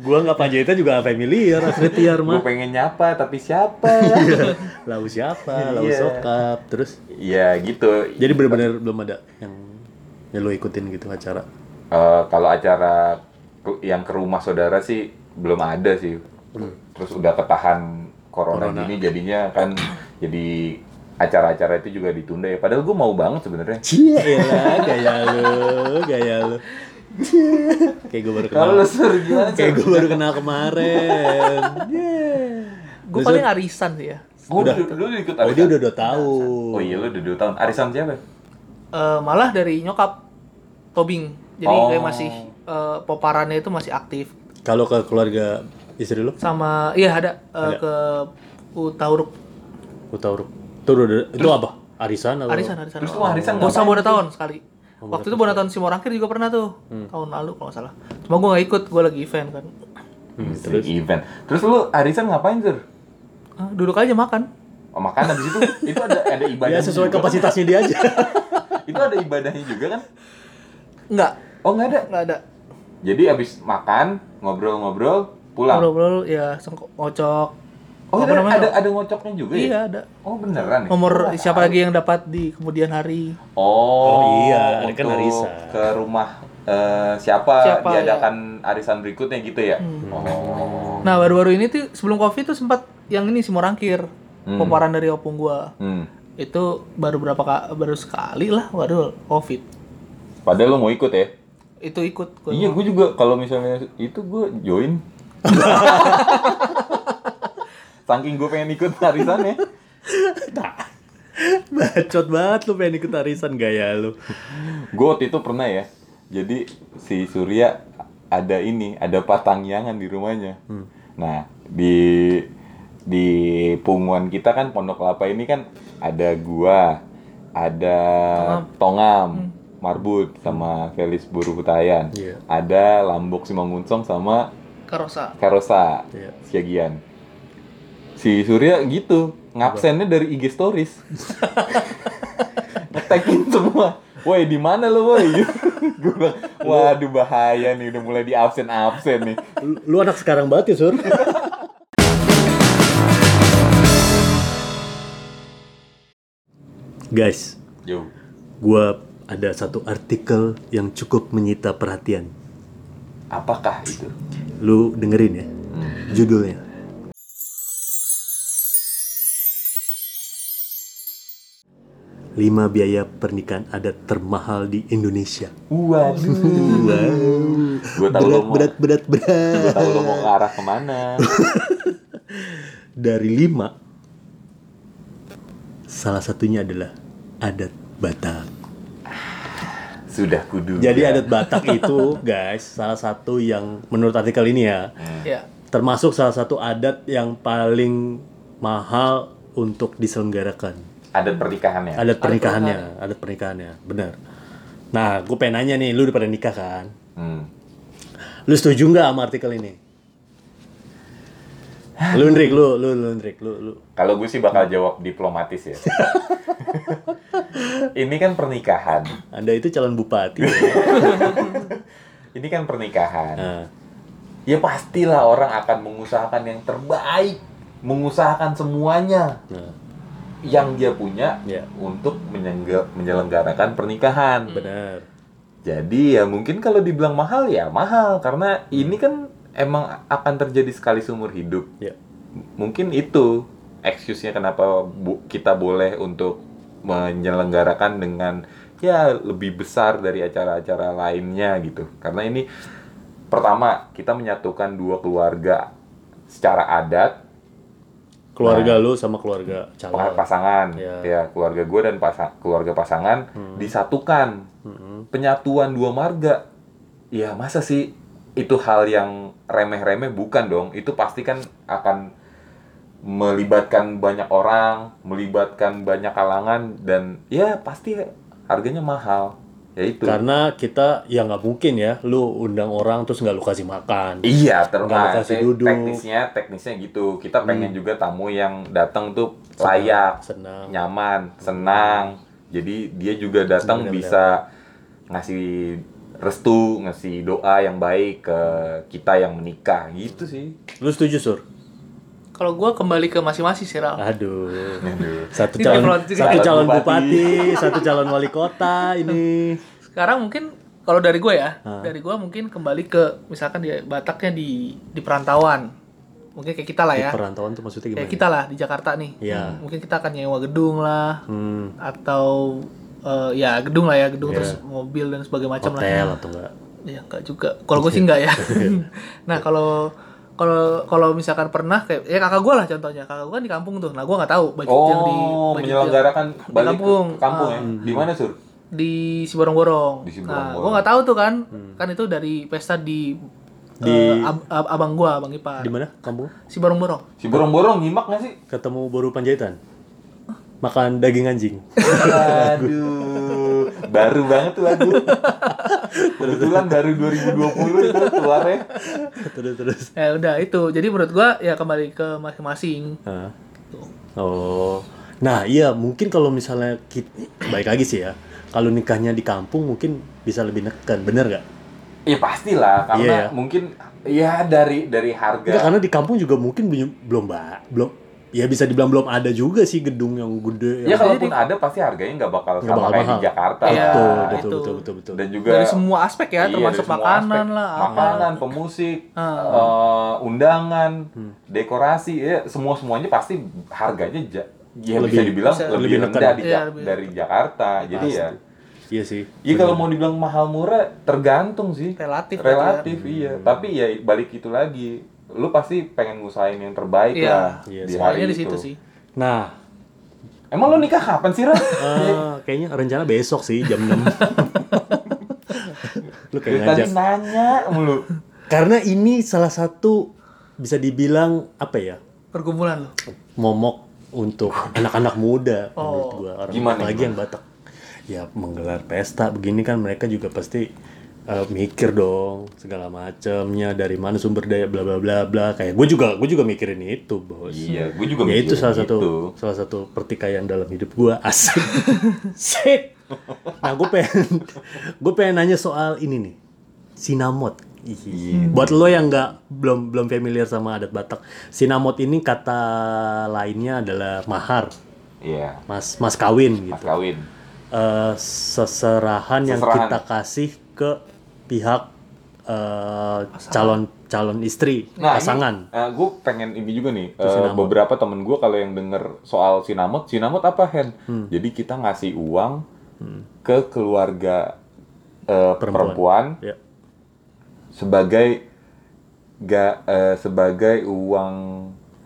[SPEAKER 2] gua nggak Panjaitan juga nggak familiar, Akritiar
[SPEAKER 1] gue
[SPEAKER 2] mah.
[SPEAKER 1] pengen nyapa tapi siapa
[SPEAKER 2] Iya. Lau siapa, lau
[SPEAKER 1] Iya.
[SPEAKER 2] sokap, terus
[SPEAKER 1] ya gitu
[SPEAKER 2] jadi benar-benar belum ada yang yang lo ikutin gitu acara.
[SPEAKER 1] Eh, kalau acara ke- yang ke rumah saudara sih belum ada sih. Terus udah ketahan corona, gini jadinya kan jadi acara-acara itu juga ditunda ya. Padahal gue mau banget sebenarnya.
[SPEAKER 2] Cie, elah, Iya gaya lu, gaya lu. Cie. Kayak gue baru kenal.
[SPEAKER 1] Kalau lu suruh gimana
[SPEAKER 2] Kayak gue baru kenal kemarin. Yeah.
[SPEAKER 3] Gue paling arisan sih ya.
[SPEAKER 1] Gue dulu ikut
[SPEAKER 2] Oh dia
[SPEAKER 1] arisan.
[SPEAKER 2] udah dua tahun.
[SPEAKER 1] Oh iya lu udah 2 tahun. Arisan siapa?
[SPEAKER 3] Eh, malah dari nyokap tobing. Jadi
[SPEAKER 1] Oh.
[SPEAKER 3] kayak masih eh, poparannya itu masih aktif.
[SPEAKER 2] Kalau ke keluarga istri lu,
[SPEAKER 3] Sama iya ada, eh, ke Utauruk
[SPEAKER 2] Utauruk. Itu udah- itu apa? Arisan atau?
[SPEAKER 3] arisan arisan.
[SPEAKER 1] Terus lu arisan
[SPEAKER 3] Gua
[SPEAKER 1] nggak?
[SPEAKER 3] sama Bonda tahun sekali. Waktu itu Bonda tahun Simorangkir juga pernah tuh. Tahun lalu kalau nggak salah. Cuma gue gak ikut, gue lagi event kan.
[SPEAKER 1] Hmm,
[SPEAKER 2] Iya,
[SPEAKER 1] event. Terus lu arisan ngapain, Zur?
[SPEAKER 3] Ah, duduk aja makan.
[SPEAKER 1] Oh, makan habis itu itu ada ada ibadah.
[SPEAKER 2] Ya sesuai kapasitasnya dia aja.
[SPEAKER 1] Itu ada ibadahnya juga kan?
[SPEAKER 3] Enggak,
[SPEAKER 1] Oh, nggak ada.
[SPEAKER 3] enggak ada.
[SPEAKER 1] Jadi abis makan, ngobrol-ngobrol, pulang.
[SPEAKER 3] Ngobrol-ngobrol ya sengkok ngocok.
[SPEAKER 1] Oh,
[SPEAKER 3] Apa
[SPEAKER 1] ada,
[SPEAKER 3] namanya?
[SPEAKER 1] ada ada ngocoknya juga ya?
[SPEAKER 3] Iya, ada.
[SPEAKER 1] Oh beneran ya?
[SPEAKER 3] Nomor siapa lagi yang dapat di kemudian hari.
[SPEAKER 1] Oh,
[SPEAKER 2] Oh, iya, ada kan
[SPEAKER 1] untuk
[SPEAKER 2] arisan.
[SPEAKER 1] Ke rumah eh, siapa,
[SPEAKER 3] Siapa, iya. Hmm.
[SPEAKER 1] diadakan arisan berikutnya gitu ya? Oh.
[SPEAKER 3] Nah, baru-baru ini tuh sebelum Covid tuh sempat yang ini Simorangkir.
[SPEAKER 1] Hmm.
[SPEAKER 3] Poparan dari opung gua.
[SPEAKER 1] Hmm.
[SPEAKER 3] Itu baru berapa ka- baru sekali lah waduh Covid.
[SPEAKER 1] Padahal lo mau ikut ya?
[SPEAKER 3] Itu ikut gua.
[SPEAKER 1] Iya, gue juga kalau misalnya itu gue join. Saking gue pengen ikut arisan ya.
[SPEAKER 2] Bacot banget lu pengen ikut arisan gaya lu.
[SPEAKER 1] Gue waktu itu pernah ya. Jadi si Surya ada ini, ada patangyangan di rumahnya. Nah, di di punguan kita kan Pondok Kelapa ini kan ada gua, ada Tongam, Marbut sama Felis Buruhutayan.
[SPEAKER 2] Iya.
[SPEAKER 1] Ada Lambok Simangunsong sama
[SPEAKER 3] Karosa.
[SPEAKER 1] Karosa
[SPEAKER 2] Iya.
[SPEAKER 1] Siagian. Si Surya gitu, ngabsennya dari IG stories. Ngetekin semua. Woi, di mana lo, woi? Gue bilang, waduh bahaya nih, udah mulai di absen-absen nih.
[SPEAKER 2] Lu, lu anak sekarang banget ya, Sur. Guys,
[SPEAKER 1] Yo.
[SPEAKER 2] gua ada satu artikel yang cukup menyita perhatian.
[SPEAKER 1] Apakah itu?
[SPEAKER 2] Lu dengerin ya judulnya. Lima biaya pernikahan adat termahal di Indonesia.
[SPEAKER 1] Waduh.
[SPEAKER 2] Wow.
[SPEAKER 1] Gua tahu lo
[SPEAKER 2] berat,
[SPEAKER 1] mau-
[SPEAKER 2] berat, berat, berat.
[SPEAKER 1] Gue tahu lo mau ke arah kemana.
[SPEAKER 2] Dari lima, salah satunya adalah adat Batak.
[SPEAKER 1] Sudah kudu.
[SPEAKER 2] Jadi adat Batak itu, guys, salah satu yang menurut artikel ini ya,
[SPEAKER 3] Ya.
[SPEAKER 2] termasuk salah satu adat yang paling mahal untuk diselenggarakan.
[SPEAKER 1] adat pernikahannya.
[SPEAKER 2] Adat pernikahannya, adat pernikahannya, benar. Nah, gue pengen nanya nih, lu udah pada nikah kan?
[SPEAKER 1] Hmm.
[SPEAKER 2] Lu setuju nggak sama artikel ini? Lu Ndrik, lu, lu, lu Ndrik, lu, lu.
[SPEAKER 1] Kalau gue sih bakal jawab diplomatis ya. Ini kan pernikahan.
[SPEAKER 2] Anda itu calon bupati.
[SPEAKER 1] Ini kan pernikahan.
[SPEAKER 2] Nah,
[SPEAKER 1] ya pastilah orang akan mengusahakan yang terbaik mengusahakan semuanya
[SPEAKER 2] nah,
[SPEAKER 1] yang dia punya
[SPEAKER 2] Ya.
[SPEAKER 1] untuk menyengga- menyelenggarakan pernikahan
[SPEAKER 2] benar.
[SPEAKER 1] jadi ya mungkin kalau dibilang mahal ya mahal
[SPEAKER 2] Hmm.
[SPEAKER 1] karena ini kan emang akan terjadi sekali seumur hidup
[SPEAKER 2] Ya.
[SPEAKER 1] M- mungkin itu excuse-nya kenapa bu- kita boleh untuk menyelenggarakan dengan ya lebih besar dari acara-acara lainnya gitu karena ini pertama kita menyatukan dua keluarga secara adat
[SPEAKER 2] Keluarga lu sama keluarga
[SPEAKER 1] pa-
[SPEAKER 2] calon.
[SPEAKER 1] pasangan
[SPEAKER 2] Ya. Hmm.
[SPEAKER 1] ya keluarga gue dan pasa- keluarga pasangan disatukan penyatuan dua marga ya masa sih itu hal yang remeh-remeh bukan dong itu pasti kan akan melibatkan banyak orang melibatkan banyak kalangan dan ya pasti harganya mahal ya itu
[SPEAKER 2] Karena kita ya nggak mungkin ya, lu undang orang terus nggak lu kasih makan.
[SPEAKER 1] Iya,
[SPEAKER 2] Nggak
[SPEAKER 1] terus
[SPEAKER 2] dikasih duduk. Hmm.
[SPEAKER 1] teknisnya teknisnya gitu. Kita pengen juga tamu yang datang tuh layak,
[SPEAKER 2] Senang.
[SPEAKER 1] nyaman, senang, Jadi dia juga datang bisa ngasih restu, ngasih doa yang baik ke kita yang menikah gitu sih.
[SPEAKER 2] Lu setuju, Sur?
[SPEAKER 3] Kalau gua kembali ke masing-masing sih,
[SPEAKER 2] Eh.
[SPEAKER 3] Ral.
[SPEAKER 2] Aduh.
[SPEAKER 1] Aduh.
[SPEAKER 2] Satu
[SPEAKER 3] Ini
[SPEAKER 2] calon,
[SPEAKER 3] front juga.
[SPEAKER 2] satu calon
[SPEAKER 1] Calon
[SPEAKER 2] bupati, satu calon wali kota ini.
[SPEAKER 3] Sekarang mungkin kalau dari gua ya,
[SPEAKER 2] Eh.
[SPEAKER 3] dari gua mungkin kembali ke misalkan di Bataknya di di perantauan. Mungkin kayak kita lah ya.
[SPEAKER 2] Perantauan tuh maksudnya
[SPEAKER 3] Kayak
[SPEAKER 2] gimana?
[SPEAKER 3] kita lah di Jakarta nih. Hmm,
[SPEAKER 2] Iya.
[SPEAKER 3] Mungkin kita akan nyewa gedung lah
[SPEAKER 2] Hmm,
[SPEAKER 3] atau eh, ya gedung lah ya, gedung
[SPEAKER 2] Iya.
[SPEAKER 3] terus mobil dan sebagainya macam lah.
[SPEAKER 2] hotel atau enggak?
[SPEAKER 3] Ya enggak juga. Kalau gue sih enggak ya. nah, kalau kalau kalau misalkan pernah kayak ya kakak gue lah contohnya kakak gue kan di kampung tuh nah gue nggak tahu budget yang
[SPEAKER 1] Oh,
[SPEAKER 3] di budget yang-
[SPEAKER 1] menyelenggarakan
[SPEAKER 3] di
[SPEAKER 1] balik
[SPEAKER 3] kampung.
[SPEAKER 1] ke kampung
[SPEAKER 3] Ah.
[SPEAKER 1] ya. Di mana, Sur?
[SPEAKER 3] di Siborong-Borong.
[SPEAKER 1] Di Hmm.
[SPEAKER 3] Nah,
[SPEAKER 1] Siborong-Borong.
[SPEAKER 3] gua nggak tahu tuh kan, kan itu dari pesta di,
[SPEAKER 2] Di-
[SPEAKER 3] eh, ab- ab- abang gua, abang Ipar.
[SPEAKER 2] Di mana? Kampung?
[SPEAKER 3] Siborong-Borong.
[SPEAKER 1] Si borong-borong nyimak nggak sih?
[SPEAKER 2] Ketemu Boru Panjaitan. Makan daging anjing.
[SPEAKER 1] Aduh, baru banget tuh lagu. Kebetulan baru 2020 itu ya. keluarnya.
[SPEAKER 2] terus terus.
[SPEAKER 3] Ya udah itu. Jadi menurut gua ya kembali ke masing-masing.
[SPEAKER 2] Hah? Oh. Nah, iya mungkin kalau misalnya kita, baik lagi sih ya. Kalau nikahnya di kampung mungkin bisa lebih neken, bener nggak?
[SPEAKER 1] Ya pastilah,
[SPEAKER 2] Iya,
[SPEAKER 1] karena
[SPEAKER 2] ya.
[SPEAKER 1] mungkin ya dari dari harga.
[SPEAKER 2] Enggak, karena di kampung juga mungkin belum belum ba- belum ya bisa dibilang belum ada juga sih gedung yang gede
[SPEAKER 1] Ya
[SPEAKER 2] yang
[SPEAKER 1] kalaupun ada pasti harganya nggak bakal
[SPEAKER 2] Iya. Nggak
[SPEAKER 1] sama
[SPEAKER 2] bakal
[SPEAKER 1] kayak di
[SPEAKER 2] mahal.
[SPEAKER 1] Jakarta
[SPEAKER 3] Iya.
[SPEAKER 1] lah.
[SPEAKER 2] betul, betul,
[SPEAKER 3] itu.
[SPEAKER 2] betul, betul, betul, betul.
[SPEAKER 1] Dan juga
[SPEAKER 3] Dari semua aspek ya,
[SPEAKER 1] iya,
[SPEAKER 3] termasuk
[SPEAKER 1] dari semua aspek.
[SPEAKER 3] makanan lah, apa. gitu. Ah.
[SPEAKER 1] makanan, pemusik, eh, undangan,
[SPEAKER 2] Hmm.
[SPEAKER 1] dekorasi, ya semua semuanya pasti harganya ja- ya
[SPEAKER 2] Lebih-
[SPEAKER 1] bisa dibilang
[SPEAKER 3] bisa-
[SPEAKER 1] lebih,
[SPEAKER 2] lebih
[SPEAKER 1] rendah
[SPEAKER 2] neken.
[SPEAKER 1] di
[SPEAKER 3] Iya,
[SPEAKER 1] Ja-
[SPEAKER 3] lebih
[SPEAKER 1] dari Jakarta. Jadi ya,
[SPEAKER 2] Iya sih.
[SPEAKER 1] ya kalau mau dibilang mahal murah tergantung sih.
[SPEAKER 3] Relatif gitu
[SPEAKER 1] Relatif
[SPEAKER 2] Hmm.
[SPEAKER 1] iya. Tapi ya balik itu lagi, lu pasti pengen ngusahain yang terbaik
[SPEAKER 3] Iya.
[SPEAKER 1] lah
[SPEAKER 2] Iya,
[SPEAKER 1] di hari
[SPEAKER 3] Soalnya di
[SPEAKER 1] itu.
[SPEAKER 3] situ sih.
[SPEAKER 2] Nah,
[SPEAKER 1] Emang lu nikah kapan sih, Ra?
[SPEAKER 2] eh, kayaknya rencana besok sih jam 6. Lu kayak
[SPEAKER 1] Dari
[SPEAKER 2] ngajak.
[SPEAKER 1] tadi nanya mulu.
[SPEAKER 2] Karena ini salah satu bisa dibilang apa ya?
[SPEAKER 3] Pergumulan loh.
[SPEAKER 2] momok untuk anak-anak muda menurut
[SPEAKER 3] Oh.
[SPEAKER 2] gua orang
[SPEAKER 1] Gimana,
[SPEAKER 2] lagi
[SPEAKER 1] gimana?
[SPEAKER 2] yang Batak ya menggelar pesta begini kan mereka juga pasti eh, mikir dong segala macamnya dari mana sumber daya bla bla bla bla kayak gue juga gue juga mikirin itu bos
[SPEAKER 1] Iya, gue juga
[SPEAKER 2] ya itu
[SPEAKER 1] mikirin
[SPEAKER 2] salah satu
[SPEAKER 1] gitu.
[SPEAKER 2] salah satu pertikaian dalam hidup gue asik Shit. nah gue pengen gue pengen nanya soal ini nih sinamot Ih,
[SPEAKER 1] Iya.
[SPEAKER 2] buat lo yang nggak belum belum familiar sama adat Batak sinamot ini kata lainnya adalah mahar
[SPEAKER 1] Iya,
[SPEAKER 2] mas mas kawin
[SPEAKER 1] mas
[SPEAKER 2] gitu
[SPEAKER 1] kawin.
[SPEAKER 2] Eh, seserahan yang
[SPEAKER 1] Seserahan.
[SPEAKER 2] kita kasih ke pihak eh, calon calon istri
[SPEAKER 1] Nah,
[SPEAKER 2] pasangan
[SPEAKER 1] gue Eh, pengen ini juga nih. eh, beberapa temen gue kalau yang denger soal sinamot, sinamot apa Hen? Jadi kita ngasih uang ke keluarga eh, Hmm. perempuan.
[SPEAKER 2] Ya.
[SPEAKER 1] sebagai ga eh, sebagai uang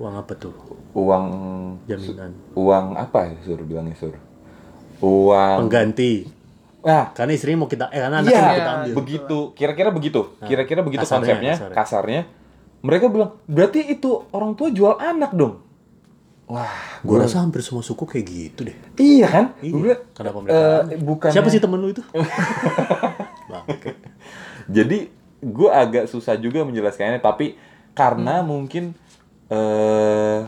[SPEAKER 2] uang apa tuh
[SPEAKER 1] uang Ya.
[SPEAKER 2] jaminan
[SPEAKER 1] uang apa ya sur bilangnya sur uang
[SPEAKER 2] pengganti
[SPEAKER 1] nah
[SPEAKER 2] Karena istrinya mau kita, eh karena anaknya mau kita
[SPEAKER 1] Iya,
[SPEAKER 2] ambil.
[SPEAKER 1] begitu. Kira-kira begitu. Kira-kira begitu
[SPEAKER 2] Nah, kasarnya,
[SPEAKER 1] konsepnya,
[SPEAKER 2] kasarnya.
[SPEAKER 1] kasarnya. Mereka bilang, berarti itu orang tua jual anak dong. Wah,
[SPEAKER 2] Gue rasa hampir semua suku kayak gitu deh.
[SPEAKER 1] iya kan?
[SPEAKER 2] Iya,
[SPEAKER 1] Iya. Gua bilang,
[SPEAKER 2] kenapa mereka
[SPEAKER 1] eh,
[SPEAKER 2] aneh?
[SPEAKER 1] bukannya-
[SPEAKER 2] Siapa sih temen lu itu? Bangke.
[SPEAKER 1] Jadi gue agak susah juga menjelaskannya, tapi karena
[SPEAKER 2] Hmm.
[SPEAKER 1] mungkin eh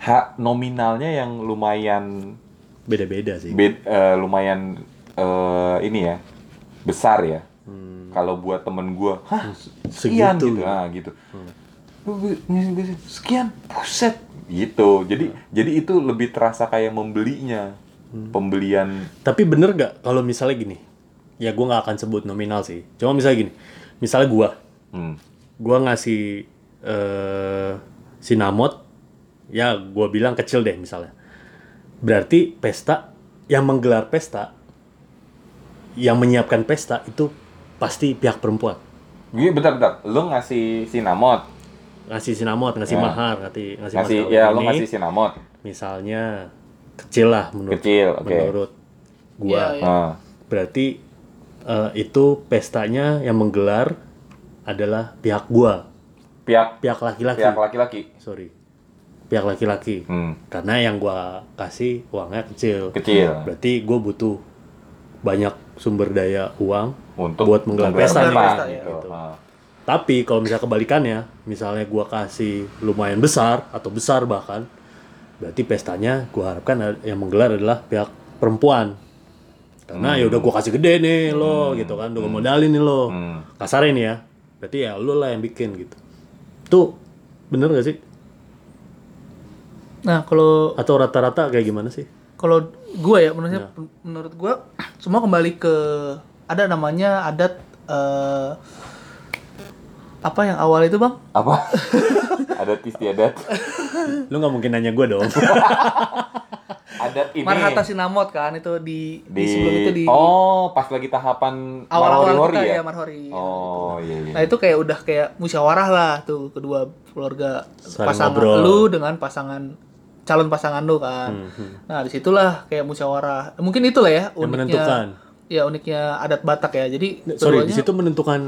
[SPEAKER 1] hak nominalnya yang lumayan
[SPEAKER 2] Beda-beda sih.
[SPEAKER 1] bed- eh, lumayan eh, ini ya besar ya. Kalau buat temen gue, hah sekian
[SPEAKER 2] Hmm.
[SPEAKER 1] gitu,
[SPEAKER 2] segitu. Hmm.
[SPEAKER 1] nah, gitu. Lu gue- ngasih- ngasih, Sekian, buset, gitu. Jadi
[SPEAKER 2] Hmm.
[SPEAKER 1] jadi itu lebih terasa kayak membelinya, pembelian.
[SPEAKER 2] Tapi bener gak kalau misalnya gini? Ya gue gak akan sebut nominal sih. Cuma misalnya gini. Misalnya gue.
[SPEAKER 1] Hmm.
[SPEAKER 2] Gue ngasih eh sinamot. Ya gue bilang kecil deh misalnya. Berarti pesta, yang menggelar pesta, yang menyiapkan pesta itu pasti pihak perempuan.
[SPEAKER 1] Gini, bentar bentar, lu ngasih sinamot,
[SPEAKER 2] ngasih sinamot, ngasih
[SPEAKER 1] Ya.
[SPEAKER 2] mahar, ngasih ngasih, mas
[SPEAKER 1] ngasih
[SPEAKER 2] kawin
[SPEAKER 1] ya lu
[SPEAKER 2] ini,
[SPEAKER 1] ngasih sinamot,
[SPEAKER 2] misalnya kecil lah menurut
[SPEAKER 1] Kecil, oke.
[SPEAKER 2] menurut gua.
[SPEAKER 3] Iya, iya.
[SPEAKER 1] nah,
[SPEAKER 2] Berarti eh, itu pestanya yang menggelar adalah pihak gua,
[SPEAKER 1] pihak
[SPEAKER 2] pihak laki-laki.
[SPEAKER 1] pihak laki-laki,
[SPEAKER 2] Sorry. Pihak laki-laki.
[SPEAKER 1] Hmm.
[SPEAKER 2] Karena yang gua kasih uangnya kecil.
[SPEAKER 1] Kecil.
[SPEAKER 2] Berarti gua butuh banyak sumber daya uang
[SPEAKER 1] untuk
[SPEAKER 2] buat menggelar
[SPEAKER 1] menggelar
[SPEAKER 2] pesta, nih.
[SPEAKER 3] pesta, ya.
[SPEAKER 1] gitu.
[SPEAKER 2] Gitu.
[SPEAKER 1] Nah.
[SPEAKER 2] Tapi kalau misalnya kebalikannya, misalnya gua kasih lumayan besar atau besar bahkan, berarti pestanya gua harapkan ad- yang menggelar adalah pihak perempuan karena ya udah gua kasih gede nih lo gitu kan udah gua modalin nih lo
[SPEAKER 1] Hmm.
[SPEAKER 2] kasarin ya berarti ya lo lah yang bikin gitu tuh bener gak sih
[SPEAKER 3] Nah, kalau
[SPEAKER 2] atau rata-rata kayak gimana sih
[SPEAKER 3] kalau gue ya menurutnya menurut gue semua kembali ke ada namanya adat eh, apa yang awal itu bang
[SPEAKER 1] Apa? adat istiadat.
[SPEAKER 2] lo nggak mungkin nanya gua dong
[SPEAKER 1] Adat ini.
[SPEAKER 3] Marhata Sinamot kan itu di,
[SPEAKER 1] di,
[SPEAKER 3] di, sebelum itu di
[SPEAKER 1] Oh, pas lagi tahapan
[SPEAKER 3] awal-awal
[SPEAKER 1] marhori-hori
[SPEAKER 3] kita ya,
[SPEAKER 1] ya.
[SPEAKER 3] Marhori.
[SPEAKER 1] Oh, iya iya.
[SPEAKER 3] Nah itu kayak udah kayak musyawarah lah tuh kedua keluarga
[SPEAKER 2] Saling
[SPEAKER 3] pasangan
[SPEAKER 2] ngobrol. Hmm,
[SPEAKER 3] lu dengan pasangan calon pasangan lu kan. Nah disitulah kayak musyawarah. Mungkin itulah ya uniknya.
[SPEAKER 2] menentukan.
[SPEAKER 3] Ya uniknya adat Batak ya. Jadi
[SPEAKER 2] sorry
[SPEAKER 3] keduanya-
[SPEAKER 2] di situ menentukan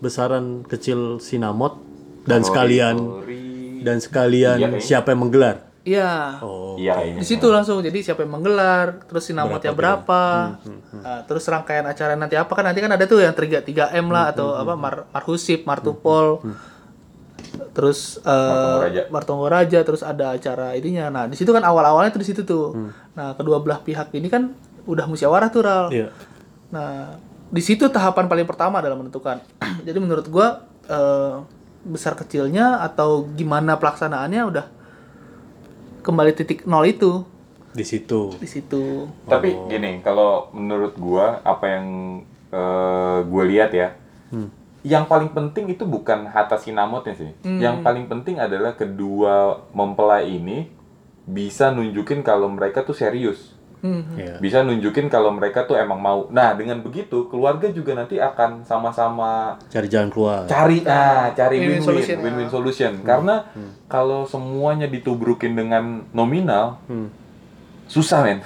[SPEAKER 2] besaran kecil sinamot dan sekalian
[SPEAKER 1] Marhori.
[SPEAKER 2] dan sekalian
[SPEAKER 1] Iya, kayaknya.
[SPEAKER 2] siapa yang menggelar
[SPEAKER 3] Iya.
[SPEAKER 2] oh
[SPEAKER 1] Iya kayaknya.
[SPEAKER 3] Di situ langsung jadi siapa yang menggelar, terus sinamotnya berapa, ah, terus rangkaian acara nanti apa kan nanti kan ada tuh yang 3 3M lah atau apa mar marhusip, martupol. Terus
[SPEAKER 1] Martonggoraja.
[SPEAKER 3] eh Martonggoraja terus ada acara ininya. Nah, di situ kan awal-awalnya tuh di situ tuh. Nah, kedua belah pihak ini kan udah musyawarah tuh, Ral.
[SPEAKER 2] iya
[SPEAKER 3] Nah, di situ tahapan paling pertama dalam menentukan. Jadi menurut gua eh, besar kecilnya atau gimana pelaksanaannya udah kembali titik nol itu
[SPEAKER 2] di situ
[SPEAKER 3] di situ.
[SPEAKER 1] Tapi gini, kalau menurut gua apa yang eh, gua lihat ya, yang paling penting itu bukan Hatta Sinamotnya sih.
[SPEAKER 3] Hmm.
[SPEAKER 1] Yang paling penting adalah kedua mempelai ini bisa nunjukin kalau mereka tuh serius.
[SPEAKER 3] Hmm.
[SPEAKER 2] Iya.
[SPEAKER 1] Bisa nunjukin kalau mereka tuh emang mau. Nah, dengan begitu keluarga juga nanti akan sama-sama
[SPEAKER 2] cari jalan keluar
[SPEAKER 1] cari ah cari
[SPEAKER 3] Win-win
[SPEAKER 1] win-win
[SPEAKER 3] solution,
[SPEAKER 1] win-win
[SPEAKER 3] ya.
[SPEAKER 1] solution, karena kalau semuanya ditubrukin dengan nominal susah men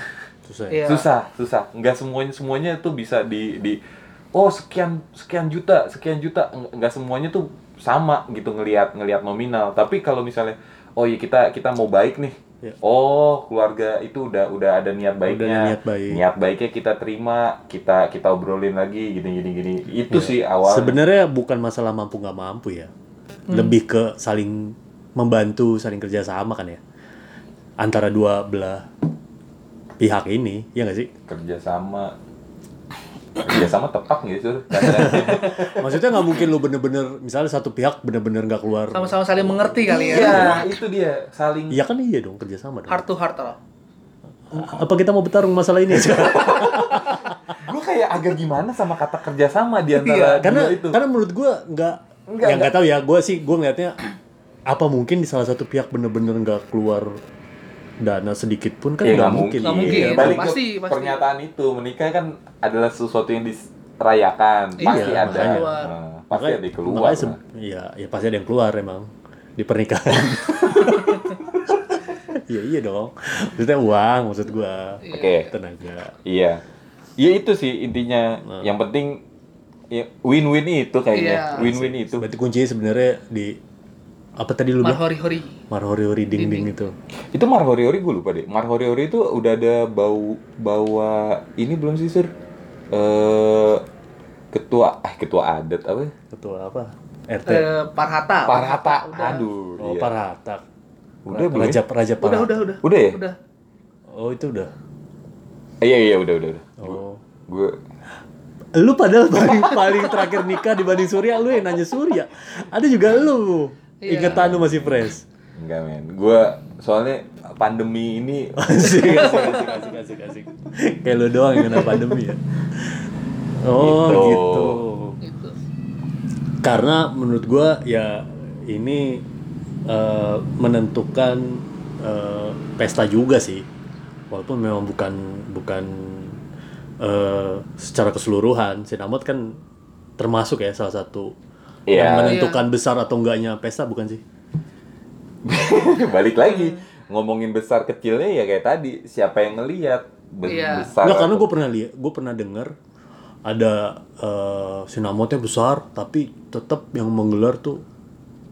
[SPEAKER 2] susah ya?
[SPEAKER 3] Iya.
[SPEAKER 1] susah susah nggak semuanya semuanya itu bisa di di oh sekian sekian juta sekian juta Nggak- nggak semuanya tuh sama gitu ngelihat ngelihat nominal tapi kalau misalnya oh iya kita kita mau baik nih
[SPEAKER 2] Iya.
[SPEAKER 1] oh keluarga itu udah udah ada niat baiknya
[SPEAKER 2] niat baik.
[SPEAKER 1] niat baiknya kita terima kita kita obrolin lagi gini gini gini itu sih awal
[SPEAKER 2] Sebenarnya bukan masalah mampu nggak mampu ya,
[SPEAKER 3] Hmm.
[SPEAKER 2] lebih ke saling membantu, saling kerja sama kan ya, antara dua belah pihak ini, ya nggak sih?
[SPEAKER 1] kerjasama kerjasama tepat nggak sih Sur?
[SPEAKER 2] Maksudnya nggak mungkin lu bener-bener, misalnya satu pihak bener-bener nggak keluar,
[SPEAKER 3] Sama-sama saling mengerti kali ya.
[SPEAKER 1] iya itu dia saling
[SPEAKER 2] iya kan iya dong kerja sama dong.
[SPEAKER 3] Heart to heart Ral.
[SPEAKER 2] Apa kita mau bertarung masalah ini?
[SPEAKER 1] gue kayak agak gimana sama kata kerjasama
[SPEAKER 3] Iya,
[SPEAKER 1] di antara dua
[SPEAKER 2] karena
[SPEAKER 1] Iya,
[SPEAKER 3] kan
[SPEAKER 1] itu
[SPEAKER 2] karena menurut gua nggak,
[SPEAKER 1] Nggak,
[SPEAKER 2] ya nggak tahu ya, gua sih gua ngeliatnya apa mungkin di salah satu pihak bener-bener nggak keluar dana sedikit pun kan
[SPEAKER 1] ya
[SPEAKER 2] nggak
[SPEAKER 1] nggak mungkin,
[SPEAKER 2] mungkin.
[SPEAKER 3] Nggak mungkin.
[SPEAKER 1] Iya, balik
[SPEAKER 3] Pasti,
[SPEAKER 1] ke
[SPEAKER 3] pasti.
[SPEAKER 1] pernyataan itu menikah kan adalah sesuatu yang dirayakan
[SPEAKER 3] Iya,
[SPEAKER 1] pasti ada
[SPEAKER 2] makanya.
[SPEAKER 3] Keluar.
[SPEAKER 1] Nah, pasti
[SPEAKER 2] Makanya-
[SPEAKER 1] ada yang keluar
[SPEAKER 2] makanya se-
[SPEAKER 1] nah.
[SPEAKER 2] Iya, ya pasti ada yang keluar emang di pernikahan. Iya iya dong. Maksudnya uang maksud gua.
[SPEAKER 3] Iya.
[SPEAKER 1] oke
[SPEAKER 2] Tenaga.
[SPEAKER 1] iya ya itu sih intinya
[SPEAKER 2] Nah.
[SPEAKER 1] yang penting ya, win-win itu kayaknya
[SPEAKER 3] Iya.
[SPEAKER 1] win-win itu
[SPEAKER 2] Berarti kuncinya sebenarnya di apa tadi lu bilang?
[SPEAKER 3] Marhori-hori.
[SPEAKER 2] Marhori-hori ding ding itu.
[SPEAKER 1] Itu marhori-hori gue lupa deh. Marhori-hori itu udah ada bau bawa ini belum sih, Sir? Eh ketua eh ketua adat apa? ya?
[SPEAKER 2] Ketua apa? RT.
[SPEAKER 3] Eh, Parhata.
[SPEAKER 1] Parhata.
[SPEAKER 3] Udah.
[SPEAKER 1] Aduh.
[SPEAKER 2] oh,
[SPEAKER 1] iya.
[SPEAKER 2] Parhatak.
[SPEAKER 1] Udah belum?
[SPEAKER 2] Raja
[SPEAKER 1] ya?
[SPEAKER 2] Raja
[SPEAKER 3] Udah,
[SPEAKER 2] Parhatak.
[SPEAKER 3] udah, udah.
[SPEAKER 1] Udah ya?
[SPEAKER 3] Udah.
[SPEAKER 2] Oh, itu udah.
[SPEAKER 1] Eh, iya iya udah udah udah.
[SPEAKER 2] Oh.
[SPEAKER 1] Gue
[SPEAKER 2] Lu padahal paling, paling terakhir nikah dibanding Surya, lu yang nanya Surya. Ada juga lu. Ingetan lu masih fresh.
[SPEAKER 1] enggak men. Gue soalnya pandemi ini
[SPEAKER 2] asik, asik, asik, asik, asik, asik. Kayak lu doang yang kena pandemi ya. Oh gitu.
[SPEAKER 1] Gitu.
[SPEAKER 3] Gitu.
[SPEAKER 2] Karena menurut gua ya ini eh, menentukan eh, pesta juga sih. Walaupun memang bukan bukan eh, secara keseluruhan, sinamot kan termasuk ya salah satu
[SPEAKER 1] Iya.
[SPEAKER 2] yang menentukan besar atau enggaknya pesta bukan sih?
[SPEAKER 1] balik lagi ngomongin besar kecilnya ya kayak tadi, siapa yang ngelihat Be-
[SPEAKER 3] Iya.
[SPEAKER 1] besar.
[SPEAKER 2] Nggak, karena
[SPEAKER 1] atau-
[SPEAKER 2] gue pernah lihat, gue pernah dengar ada eh, sinamotnya besar, tapi tetap yang menggelar tuh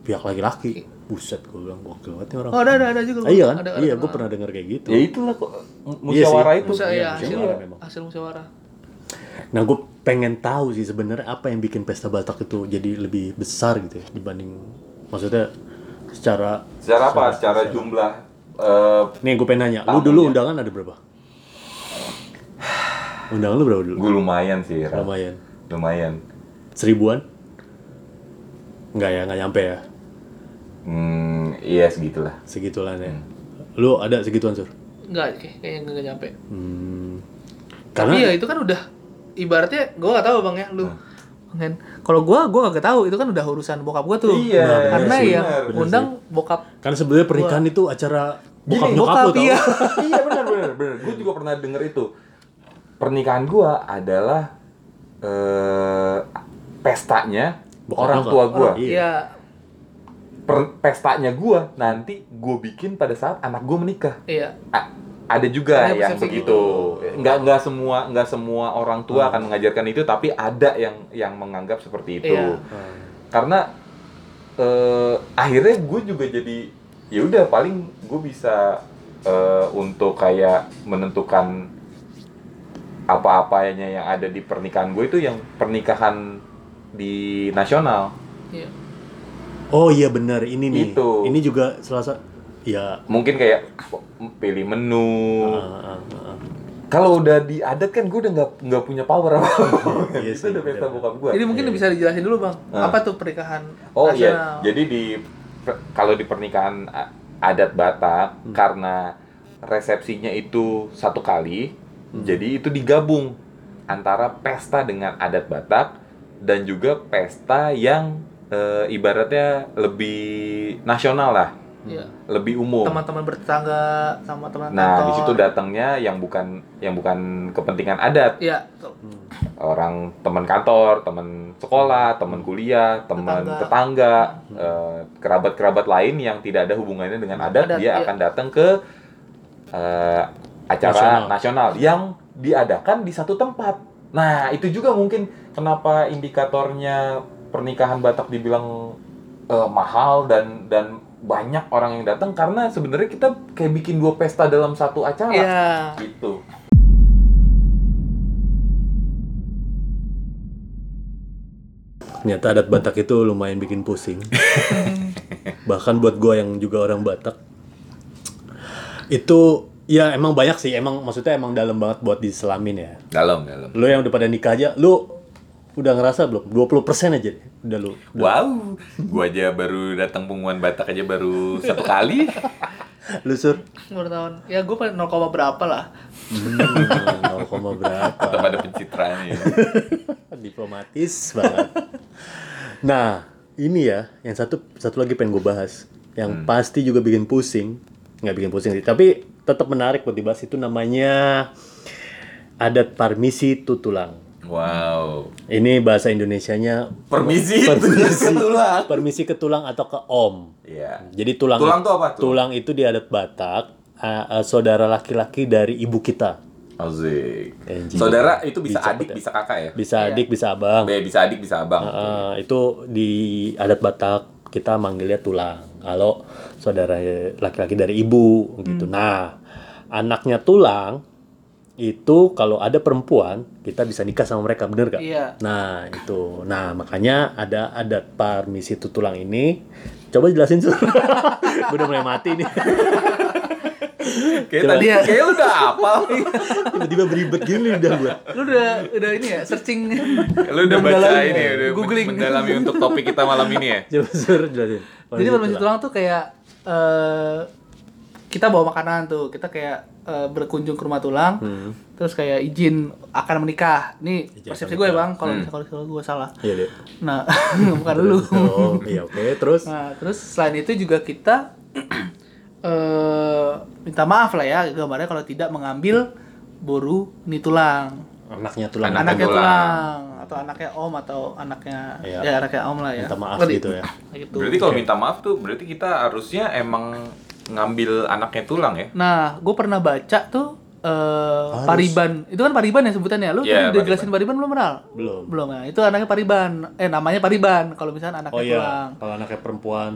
[SPEAKER 2] pihak laki-laki. Buset, gue bilang gokil banget nih orang.
[SPEAKER 3] Oh, ada ada ada juga.
[SPEAKER 2] Ah, iya kan?
[SPEAKER 3] Ada, ada
[SPEAKER 2] iya,
[SPEAKER 3] kenal.
[SPEAKER 2] gue pernah dengar kayak gitu.
[SPEAKER 1] Ya itulah kok musyawarah itu.
[SPEAKER 3] Musa- iya, hasil,
[SPEAKER 2] musyawarah memang.
[SPEAKER 3] hasil musyawarah.
[SPEAKER 2] Nah, gue pengen tahu sih sebenarnya apa yang bikin pesta Batak itu jadi lebih besar gitu ya dibanding maksudnya secara
[SPEAKER 1] Secara apa? Secara jumlah eh,
[SPEAKER 2] Nih gue pengen nanya, lu dulu undangan ada berapa? Undangan lu berapa dulu?
[SPEAKER 1] Gue lumayan sih, Ra.
[SPEAKER 2] Lumayan.
[SPEAKER 1] lumayan.
[SPEAKER 2] Seribuan? Enggak ya, nggak nyampe ya.
[SPEAKER 1] Hmm, iya segitulah.
[SPEAKER 2] Segituan ya.
[SPEAKER 1] Hmm.
[SPEAKER 2] Lu ada segituan, Sur?
[SPEAKER 3] Enggak, kayak- kayaknya nggak nyampe.
[SPEAKER 2] Hmm.
[SPEAKER 3] Tapi ya
[SPEAKER 2] Karena
[SPEAKER 3] itu kan udah ibaratnya gue gak tahu bang ya lu. Kan kalau gue gue gak tahu itu kan udah urusan bokap gue tuh.
[SPEAKER 1] Iya,
[SPEAKER 3] Karena
[SPEAKER 1] bener sih.
[SPEAKER 3] ya
[SPEAKER 1] Bener
[SPEAKER 3] undang bokap.
[SPEAKER 2] karena sebenarnya pernikahan itu acara bokap
[SPEAKER 3] Gini,
[SPEAKER 2] nyokap lu
[SPEAKER 3] bokap,
[SPEAKER 2] tau.
[SPEAKER 3] iya.
[SPEAKER 1] iya benar benar benar. Gue juga pernah denger itu. Pernikahan gue adalah eh pestanya
[SPEAKER 2] Bokap
[SPEAKER 1] orang
[SPEAKER 2] nyokap.
[SPEAKER 1] tua gue.
[SPEAKER 3] Orang- Iya.
[SPEAKER 1] Per- pestanya gue nanti gue bikin pada saat anak gue menikah.
[SPEAKER 3] Iya.
[SPEAKER 1] A- ada juga
[SPEAKER 3] Ada
[SPEAKER 1] yang
[SPEAKER 3] persepsi Hmm.
[SPEAKER 1] begitu. Nggak nggak semua nggak semua orang tua akan mengajarkan itu, tapi ada yang yang menganggap seperti itu.
[SPEAKER 3] Iya.
[SPEAKER 1] Karena eh, akhirnya gue juga jadi ya udah paling gue bisa eh, untuk kayak menentukan apa-apanya yang ada di pernikahan gue itu yang pernikahan di nasional.
[SPEAKER 3] Iya.
[SPEAKER 2] Oh iya benar, ini nih.
[SPEAKER 1] Itu.
[SPEAKER 2] Ini juga salah satu ya
[SPEAKER 1] Mungkin kayak pilih menu.
[SPEAKER 2] ah, ah, ah.
[SPEAKER 1] Kalau udah diadat kan gue udah nggak nggak punya power apa.
[SPEAKER 2] Iya
[SPEAKER 1] itu
[SPEAKER 2] sih,
[SPEAKER 1] udah pesta
[SPEAKER 2] bener.
[SPEAKER 1] bokap gue.
[SPEAKER 3] Jadi mungkin bisa dijelasin dulu bang,
[SPEAKER 1] Ah.
[SPEAKER 3] apa tuh pernikahan
[SPEAKER 1] Iya. Oh iya,
[SPEAKER 3] nasional?
[SPEAKER 1] jadi di kalau di pernikahan a- adat Batak karena resepsinya itu satu kali, jadi itu digabung antara pesta dengan adat Batak dan juga pesta yang eh, ibaratnya lebih nasional lah,
[SPEAKER 3] Iya.
[SPEAKER 1] lebih umum.
[SPEAKER 3] Teman-teman bertetangga sama teman
[SPEAKER 1] Oh. nah,
[SPEAKER 3] kantor.
[SPEAKER 1] di situ datangnya yang bukan yang bukan kepentingan adat,
[SPEAKER 3] Iya. betul.
[SPEAKER 1] orang teman kantor, teman sekolah, teman kuliah, teman
[SPEAKER 3] Hmm. Tetangga. Hmm.
[SPEAKER 1] tetangga, eh, kerabat-kerabat lain yang tidak ada hubungannya dengan adat,
[SPEAKER 3] Adat,
[SPEAKER 1] dia
[SPEAKER 3] iya.
[SPEAKER 1] akan datang ke eh, acara nasional.
[SPEAKER 2] Nasional.
[SPEAKER 1] yang diadakan di satu tempat. Nah, itu juga mungkin kenapa indikatornya pernikahan Batak dibilang eh, mahal dan dan banyak orang yang datang karena sebenarnya kita kayak bikin dua pesta dalam satu acara
[SPEAKER 3] Iya.
[SPEAKER 1] gitu.
[SPEAKER 2] Ternyata adat Batak itu lumayan bikin pusing. Bahkan buat gue yang juga orang Batak. Itu ya emang banyak sih, emang maksudnya emang dalam banget buat diselamin ya.
[SPEAKER 1] Dalam, dalam.
[SPEAKER 2] Lu yang udah pada nikah aja, lu udah ngerasa belum? 20% aja deh, udah lu.
[SPEAKER 1] Wow, gua aja baru datang pengumuman Batak aja baru satu kali.
[SPEAKER 2] Lu sur?
[SPEAKER 3] Umur tahun. Ya gue paling 0, berapa lah.
[SPEAKER 2] Hmm, 0, berapa?
[SPEAKER 1] Tetap ada pencitraan ya.
[SPEAKER 2] diplomatis banget. Nah, ini ya yang satu satu lagi pengen gue bahas,
[SPEAKER 1] Hmm.
[SPEAKER 2] yang pasti juga bikin pusing, nggak bikin pusing sih, tapi tetap menarik buat dibahas itu namanya adat parmisi tutulang.
[SPEAKER 1] Wow.
[SPEAKER 2] Ini bahasa Indonesianya
[SPEAKER 1] Permisi,
[SPEAKER 2] Permisi.
[SPEAKER 1] ketulang.
[SPEAKER 2] permisi ke tulang atau ke om.
[SPEAKER 1] Iya.
[SPEAKER 2] Jadi tulang
[SPEAKER 1] Tulang tuh apa tuh?
[SPEAKER 2] Tulang itu di adat Batak, ah, ah, saudara laki-laki dari ibu kita.
[SPEAKER 1] Ozik.
[SPEAKER 2] Anjing.
[SPEAKER 1] Saudara itu bisa
[SPEAKER 2] Bijak
[SPEAKER 1] adik,
[SPEAKER 2] betul.
[SPEAKER 1] bisa kakak ya?
[SPEAKER 2] Bisa adik, bisa abang.
[SPEAKER 1] Be, bisa adik, bisa abang.
[SPEAKER 2] Ah, itu di adat Batak kita manggilnya tulang. Kalau saudara laki-laki dari ibu gitu.
[SPEAKER 3] Hmm.
[SPEAKER 2] Nah, anaknya tulang itu kalau ada perempuan kita bisa nikah sama mereka bener gak?
[SPEAKER 3] Iya.
[SPEAKER 2] Nah itu, nah makanya ada adat parmisi tulang ini. Coba jelasin sur. Udah mulai mati nih.
[SPEAKER 1] Kayak tadi,
[SPEAKER 3] Iya.
[SPEAKER 1] kayak udah apal.
[SPEAKER 2] Tiba-tiba beribet gini udah gue.
[SPEAKER 3] Lu udah udah ini ya searching.
[SPEAKER 1] Lu udah baca
[SPEAKER 3] Mendalami.
[SPEAKER 1] ini, udah
[SPEAKER 3] Googling.
[SPEAKER 1] mendalami untuk topik kita malam ini ya?
[SPEAKER 2] Coba sur jelasin.
[SPEAKER 3] Jadi parmisi tulang tuh kayak eh kita bawa makanan tuh, kita kayak eh, berkunjung ke rumah tulang, terus kayak izin akan menikah. Nih
[SPEAKER 2] Hmm. Izin
[SPEAKER 3] persepsi
[SPEAKER 2] akan
[SPEAKER 3] gue
[SPEAKER 2] menikah. Hmm.
[SPEAKER 3] bang, kalau kalau kalau gue salah.
[SPEAKER 2] Iya deh.
[SPEAKER 3] Nah bukan lu.
[SPEAKER 2] Oh, iya oke. Terus
[SPEAKER 3] Nah terus selain itu juga kita eh minta maaf lah ya gambarnya kalau tidak mengambil boru ni tulang.
[SPEAKER 2] anaknya tulang.
[SPEAKER 1] Anak
[SPEAKER 3] anaknya
[SPEAKER 1] tulang.
[SPEAKER 3] tulang. atau anaknya om atau anaknya
[SPEAKER 2] Iya.
[SPEAKER 3] ya anaknya om lah ya
[SPEAKER 2] Minta maaf
[SPEAKER 3] Berarti-
[SPEAKER 2] gitu ya.
[SPEAKER 3] gitu.
[SPEAKER 1] Berarti kalau minta maaf tuh, berarti kita harusnya emang ngambil anaknya tulang ya?
[SPEAKER 3] nah gue pernah baca tuh eh,
[SPEAKER 2] Harus.
[SPEAKER 3] Pariban itu kan Pariban ya sebutannya
[SPEAKER 1] Iya,
[SPEAKER 3] lu tadi udah
[SPEAKER 1] Pariban.
[SPEAKER 3] jelasin Pariban belum Ral?
[SPEAKER 2] Belum.
[SPEAKER 3] belum ya itu anaknya Pariban eh namanya Pariban kalau misalnya anaknya
[SPEAKER 2] Oh
[SPEAKER 3] tulang
[SPEAKER 2] iya, kalau anaknya perempuan,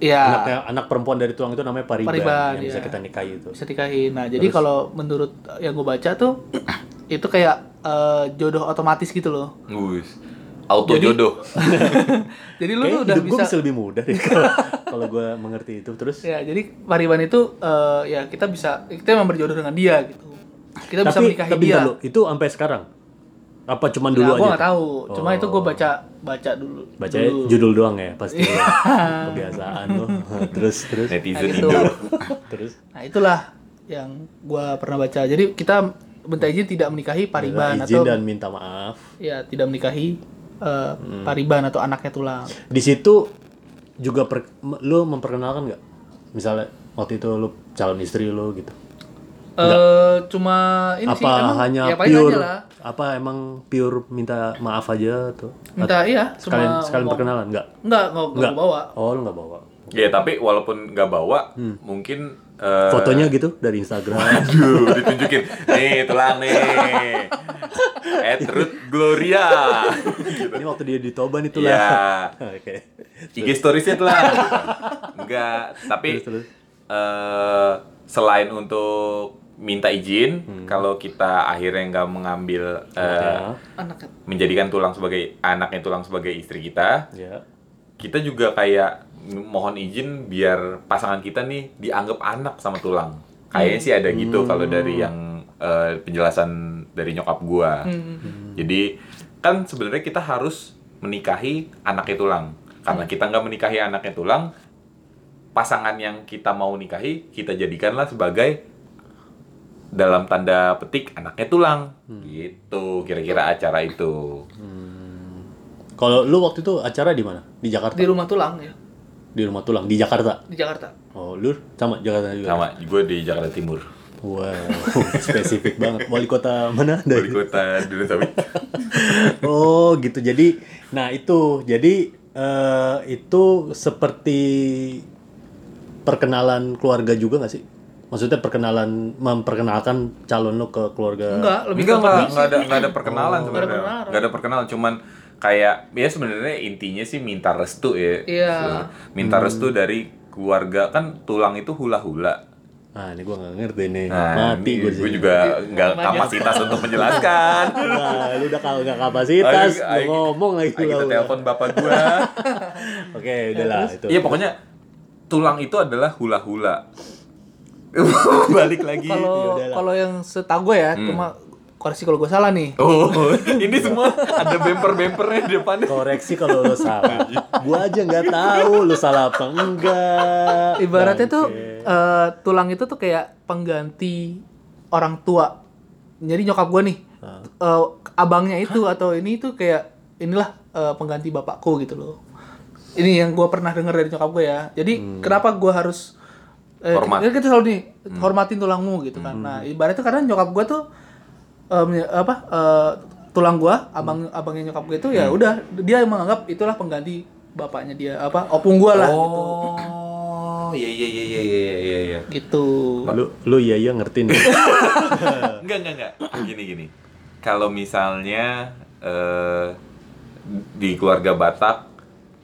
[SPEAKER 3] iya
[SPEAKER 2] anaknya anak perempuan dari tulang itu namanya pariban,
[SPEAKER 3] Pariban,
[SPEAKER 2] yang bisa
[SPEAKER 3] iya.
[SPEAKER 2] kita nikahi itu.
[SPEAKER 3] bisa nikahin nah jadi kalau menurut yang gue baca tuh itu kayak eh, jodoh otomatis gitu loh
[SPEAKER 1] Wih. Auto jodoh.
[SPEAKER 3] jadi lu,
[SPEAKER 2] Kayaknya
[SPEAKER 3] udah
[SPEAKER 2] hidup gue
[SPEAKER 3] bisa Iya,
[SPEAKER 2] bisa lebih mudah deh kalau- kalau gue mengerti itu. Terus
[SPEAKER 3] Ya, jadi Pariban itu eh, ya kita bisa kita memang berjodoh dengan dia gitu. kita bisa
[SPEAKER 2] tapi
[SPEAKER 3] menikahi
[SPEAKER 2] tapi
[SPEAKER 3] dia.
[SPEAKER 2] bentar lu, itu sampai sekarang. Apa cuman
[SPEAKER 3] Nah,
[SPEAKER 2] dulu
[SPEAKER 3] gue
[SPEAKER 2] aja? Oh.
[SPEAKER 3] nggak tahu. Cuma itu gue baca baca dulu.
[SPEAKER 2] Baca
[SPEAKER 3] dulu.
[SPEAKER 2] judul doang ya pasti. Kebiasaan lo. terus terus
[SPEAKER 3] Nah,
[SPEAKER 1] Netizen
[SPEAKER 3] gitu.
[SPEAKER 1] Indo.
[SPEAKER 2] terus.
[SPEAKER 3] Nah itulah yang gue pernah baca. Jadi kita minta izin tidak menikahi pariban
[SPEAKER 2] Minta
[SPEAKER 3] atau
[SPEAKER 2] izin dan minta maaf.
[SPEAKER 3] ya tidak menikahi eh,
[SPEAKER 2] Hmm.
[SPEAKER 3] pariban atau anaknya tulang.
[SPEAKER 2] Di situ juga per, m- lu memperkenalkan nggak? Misalnya waktu itu lu calon istri lu gitu.
[SPEAKER 3] Eh cuma ini sih
[SPEAKER 2] apa
[SPEAKER 3] emang
[SPEAKER 2] hanya
[SPEAKER 3] ya paling
[SPEAKER 2] pure
[SPEAKER 3] aja lah.
[SPEAKER 2] apa emang pure minta maaf aja tuh?
[SPEAKER 3] Minta iya cuma
[SPEAKER 2] sekalian sekalian
[SPEAKER 3] ngomong.
[SPEAKER 2] perkenalan nggak?
[SPEAKER 3] Enggak, enggak, enggak
[SPEAKER 2] Nggak.
[SPEAKER 3] bawa.
[SPEAKER 2] Oh, lu nggak bawa.
[SPEAKER 1] Ya tapi walaupun nggak bawa,
[SPEAKER 2] Hmm.
[SPEAKER 1] mungkin eh,
[SPEAKER 2] Fotonya gitu dari Instagram.
[SPEAKER 1] Duh, ditunjukin. Nih, tulang nih. At Ruth Gloria.
[SPEAKER 2] Ini waktu dia di Toba nih tuh
[SPEAKER 1] Iya.
[SPEAKER 2] lah. Oke.
[SPEAKER 1] IG Iya. stories-nya telan. Enggak, tapi
[SPEAKER 2] Terus, terus.
[SPEAKER 1] eh, selain untuk minta izin,
[SPEAKER 2] Hmm.
[SPEAKER 1] kalau kita akhirnya nggak mengambil eh,
[SPEAKER 2] Ya.
[SPEAKER 3] Anaknya.
[SPEAKER 1] menjadikan tulang sebagai anaknya tulang sebagai istri kita,
[SPEAKER 2] Ya.
[SPEAKER 1] kita juga kayak mohon izin biar pasangan kita nih dianggap anak sama tulang. Kayaknya sih ada gitu kalau dari yang eh, penjelasan dari nyokap gua.
[SPEAKER 3] Hmm.
[SPEAKER 1] Jadi kan sebenarnya kita harus menikahi anaknya tulang. Karena kita nggak menikahi anaknya tulang, pasangan yang kita mau nikahi kita jadikanlah sebagai dalam tanda petik anaknya tulang. Gitu kira-kira acara itu.
[SPEAKER 2] Kalau lu waktu itu acara di mana? Di Jakarta.
[SPEAKER 3] Di rumah tulang ya,
[SPEAKER 2] Di rumah tulang di Jakarta.
[SPEAKER 3] di Jakarta.
[SPEAKER 2] Oh, lu sama Jakarta juga.
[SPEAKER 1] Sama gue di Jakarta Timur.
[SPEAKER 2] Wow, spesifik banget. Wali kota mana? Dari?
[SPEAKER 1] Wali kota dulu tapi
[SPEAKER 2] Oh, gitu. Jadi, nah itu. Jadi eh, itu seperti perkenalan keluarga juga nggak sih? Maksudnya perkenalan memperkenalkan calon lu ke keluarga.
[SPEAKER 3] Enggak, lebih
[SPEAKER 1] Enggak,
[SPEAKER 3] ke
[SPEAKER 1] enggak,
[SPEAKER 3] permisi.
[SPEAKER 1] enggak ada enggak ada perkenalan
[SPEAKER 3] Oh. ada
[SPEAKER 1] sebenarnya.
[SPEAKER 3] perkenalan.
[SPEAKER 1] Enggak ada perkenalan, cuman kayak ya sebenarnya intinya sih minta restu ya.
[SPEAKER 3] Iya.
[SPEAKER 1] Minta restu
[SPEAKER 2] Hmm.
[SPEAKER 1] dari keluarga kan tulang itu hula-hula.
[SPEAKER 2] Nah, ini gua nggak ngerti nih.
[SPEAKER 1] Nah,
[SPEAKER 2] Mati
[SPEAKER 1] ini
[SPEAKER 2] gua
[SPEAKER 1] gue
[SPEAKER 2] sih.
[SPEAKER 1] juga enggak kapasitas untuk menjelaskan.
[SPEAKER 2] Nah, lu udah kalau nggak kapasitas,
[SPEAKER 1] Ayo,
[SPEAKER 2] lu
[SPEAKER 1] ayo,
[SPEAKER 2] ngomong lagi
[SPEAKER 1] ayo
[SPEAKER 2] lu.
[SPEAKER 1] Kita telepon bapak gua.
[SPEAKER 2] Oke, udah lah itu.
[SPEAKER 1] Iya, pokoknya tulang itu adalah hula-hula. Balik lagi.
[SPEAKER 2] Yaudah
[SPEAKER 3] Kalau
[SPEAKER 2] lah. Hmm.
[SPEAKER 3] kalau yang setahu gue ya, cuma koreksi kalau gue salah nih.
[SPEAKER 1] Oh, ini semua ada bemper-bempernya di depannya.
[SPEAKER 2] Koreksi kalau lu salah. Gua aja nggak tahu lu salah apa enggak.
[SPEAKER 3] Ibaratnya tuh
[SPEAKER 2] Bangke.
[SPEAKER 3] eh, tulang itu tuh kayak pengganti orang tua. Jadi nyokap gue nih, eh, abangnya itu atau ini tuh kayak inilah eh, pengganti bapakku gitu loh. Ini yang gue pernah dengar dari nyokap gue ya. Jadi kenapa gue harus eh,
[SPEAKER 1] Hormat.
[SPEAKER 3] Kita, kita selalu nih hormatin tulangmu gitu kan. Nah ibaratnya karena nyokap gue tuh eh, menye- apa eh, tulang gue, abang abangnya nyokap gue itu ya udah dia menganggap itulah pengganti bapaknya dia apa opung gue lah gitu.
[SPEAKER 1] Oh, iya iya iya iya iya iya iya.
[SPEAKER 3] gitu. gitu.
[SPEAKER 2] lu lu iya iya ngerti nih.
[SPEAKER 1] enggak enggak enggak gini gini kalau misalnya eh, di keluarga Batak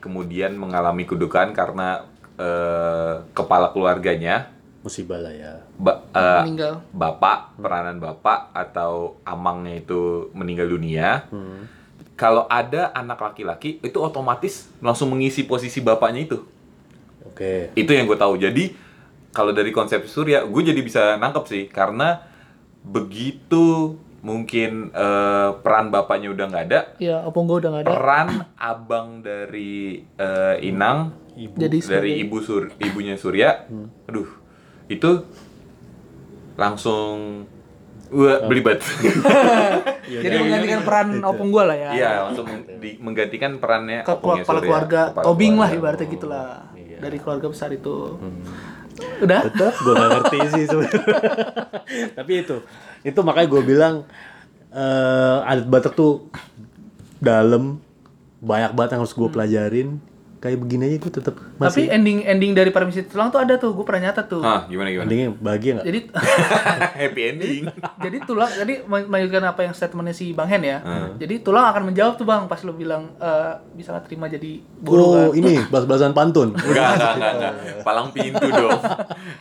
[SPEAKER 1] kemudian mengalami kedukaan karena eh, kepala keluarganya
[SPEAKER 2] Musibah lah ya.
[SPEAKER 1] ba- eh,
[SPEAKER 3] meninggal.
[SPEAKER 1] bapak peranan bapak atau amangnya itu meninggal dunia kalau ada anak laki-laki itu otomatis langsung mengisi posisi bapaknya itu
[SPEAKER 2] Oke.
[SPEAKER 1] itu yang gue tahu jadi kalau dari konsep surya gue jadi bisa nangkep sih karena begitu mungkin eh, peran bapaknya udah nggak ada
[SPEAKER 3] Iya, opung gue udah gak ada.
[SPEAKER 1] peran abang dari eh, inang
[SPEAKER 2] Ibu.
[SPEAKER 3] Jadi Hmm.
[SPEAKER 1] dari
[SPEAKER 3] sebagai-
[SPEAKER 1] ibu sur ibunya surya aduh itu langsung Wah, belibet.
[SPEAKER 2] Yaudah.
[SPEAKER 3] Jadi menggantikan peran opung gue lah ya.
[SPEAKER 1] Iya, langsung di- menggantikan perannya
[SPEAKER 3] Ke kepala
[SPEAKER 1] opungnya
[SPEAKER 3] kepala
[SPEAKER 1] Surya,
[SPEAKER 3] keluarga,
[SPEAKER 1] kepala
[SPEAKER 3] tobing lah
[SPEAKER 1] keluarga.
[SPEAKER 3] ibaratnya gitulah. Dari keluarga besar itu. Udah?
[SPEAKER 2] tetap gue gak ngerti sih sebenarnya tapi itu itu makanya gue bilang eh adat Batak tuh dalam banyak banget yang harus
[SPEAKER 1] Hmm.
[SPEAKER 2] gue pelajarin kayak begini aja gue tetap
[SPEAKER 3] Tapi
[SPEAKER 2] masih
[SPEAKER 3] ending ending dari permisi tulang tuh ada tuh, gue pernah nyata tuh.
[SPEAKER 1] Hah, gimana gimana?
[SPEAKER 2] mendingnya bahagia
[SPEAKER 1] Iya.
[SPEAKER 2] nggak
[SPEAKER 3] Jadi
[SPEAKER 1] Happy ending.
[SPEAKER 3] jadi tulang jadi men- melanjutkan apa yang statementnya si Bang Hen ya. Jadi tulang akan menjawab tuh Bang pas lu bilang eh, bisa nggak terima jadi guru kan.
[SPEAKER 2] oh ini bahas-bahasan pantun
[SPEAKER 1] Enggak, enggak, enggak, enggak. Palang pintu dong.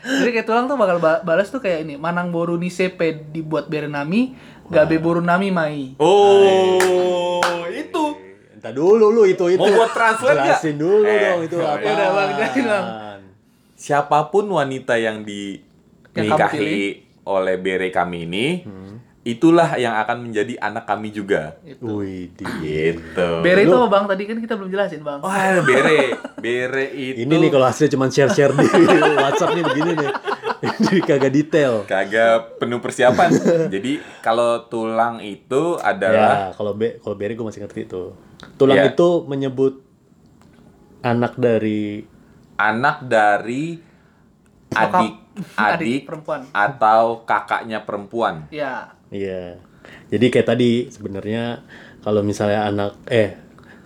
[SPEAKER 3] Jadi kayak tulang tuh bakal ba- balas tuh kayak ini, Manang boru ni sepe dibuat berenami, gabe boru nami mai.
[SPEAKER 1] Oh, itu.
[SPEAKER 2] Entah dulu lu itu itu
[SPEAKER 1] Mau buat translate nggak?
[SPEAKER 2] jelasin dulu
[SPEAKER 1] Eh,
[SPEAKER 2] dong itu
[SPEAKER 1] ya
[SPEAKER 2] apa
[SPEAKER 3] udah, Bang, jelasin, Bang.
[SPEAKER 1] Siapapun wanita yang
[SPEAKER 3] Yang kamu
[SPEAKER 1] dinikahi oleh bere kami ini, itulah yang akan menjadi anak kami juga.
[SPEAKER 2] Gitu. Wih, di.
[SPEAKER 1] Gitu.
[SPEAKER 3] Bere itu apa bang? Tadi kan kita belum jelasin bang.
[SPEAKER 2] Oh,
[SPEAKER 1] Wah, bere. Bere itu
[SPEAKER 2] Ini nih kalau hasilnya cuma share-share di WhatsApp nih begini nih. Jadi kagak detail.
[SPEAKER 1] kagak penuh persiapan. Jadi kalau tulang itu adalah
[SPEAKER 2] Ya, kalau B, kalau Berry gue masih ngerti itu. Tulang
[SPEAKER 1] Ya.
[SPEAKER 2] itu menyebut anak dari
[SPEAKER 1] anak dari
[SPEAKER 3] Nyokap.
[SPEAKER 1] adik adik
[SPEAKER 3] Adik perempuan.
[SPEAKER 1] atau kakaknya perempuan.
[SPEAKER 3] Ya.
[SPEAKER 2] Iya. Jadi kayak tadi sebenarnya kalau misalnya anak eh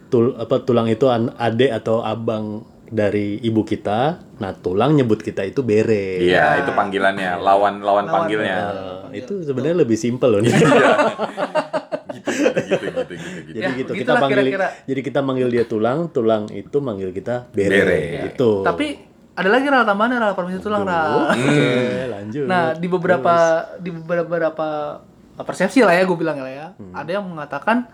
[SPEAKER 2] tul apa tulang itu an, adek atau abang dari ibu kita, nah tulang nyebut kita itu bere.
[SPEAKER 1] Iya, itu panggilannya, lawan-lawan panggilnya.
[SPEAKER 2] Nah, itu sebenarnya lebih simpel loh. nih.
[SPEAKER 1] Gitu gitu gitu gitu gitu. gitu.
[SPEAKER 2] jadi
[SPEAKER 3] Ya,
[SPEAKER 2] gitu kita
[SPEAKER 3] begitulah
[SPEAKER 2] panggil
[SPEAKER 3] kira-kira.
[SPEAKER 2] jadi kita manggil dia tulang, tulang itu manggil kita bere,
[SPEAKER 1] Bere.
[SPEAKER 2] gitu.
[SPEAKER 3] Tapi ada lagi ral tambahan ral permisi tulang
[SPEAKER 1] Hmm.
[SPEAKER 3] ral.
[SPEAKER 2] Oke, lanjut.
[SPEAKER 3] Nah di beberapa di beberapa persepsi lah ya gue bilang lah ya.
[SPEAKER 2] Hmm.
[SPEAKER 3] Ada yang mengatakan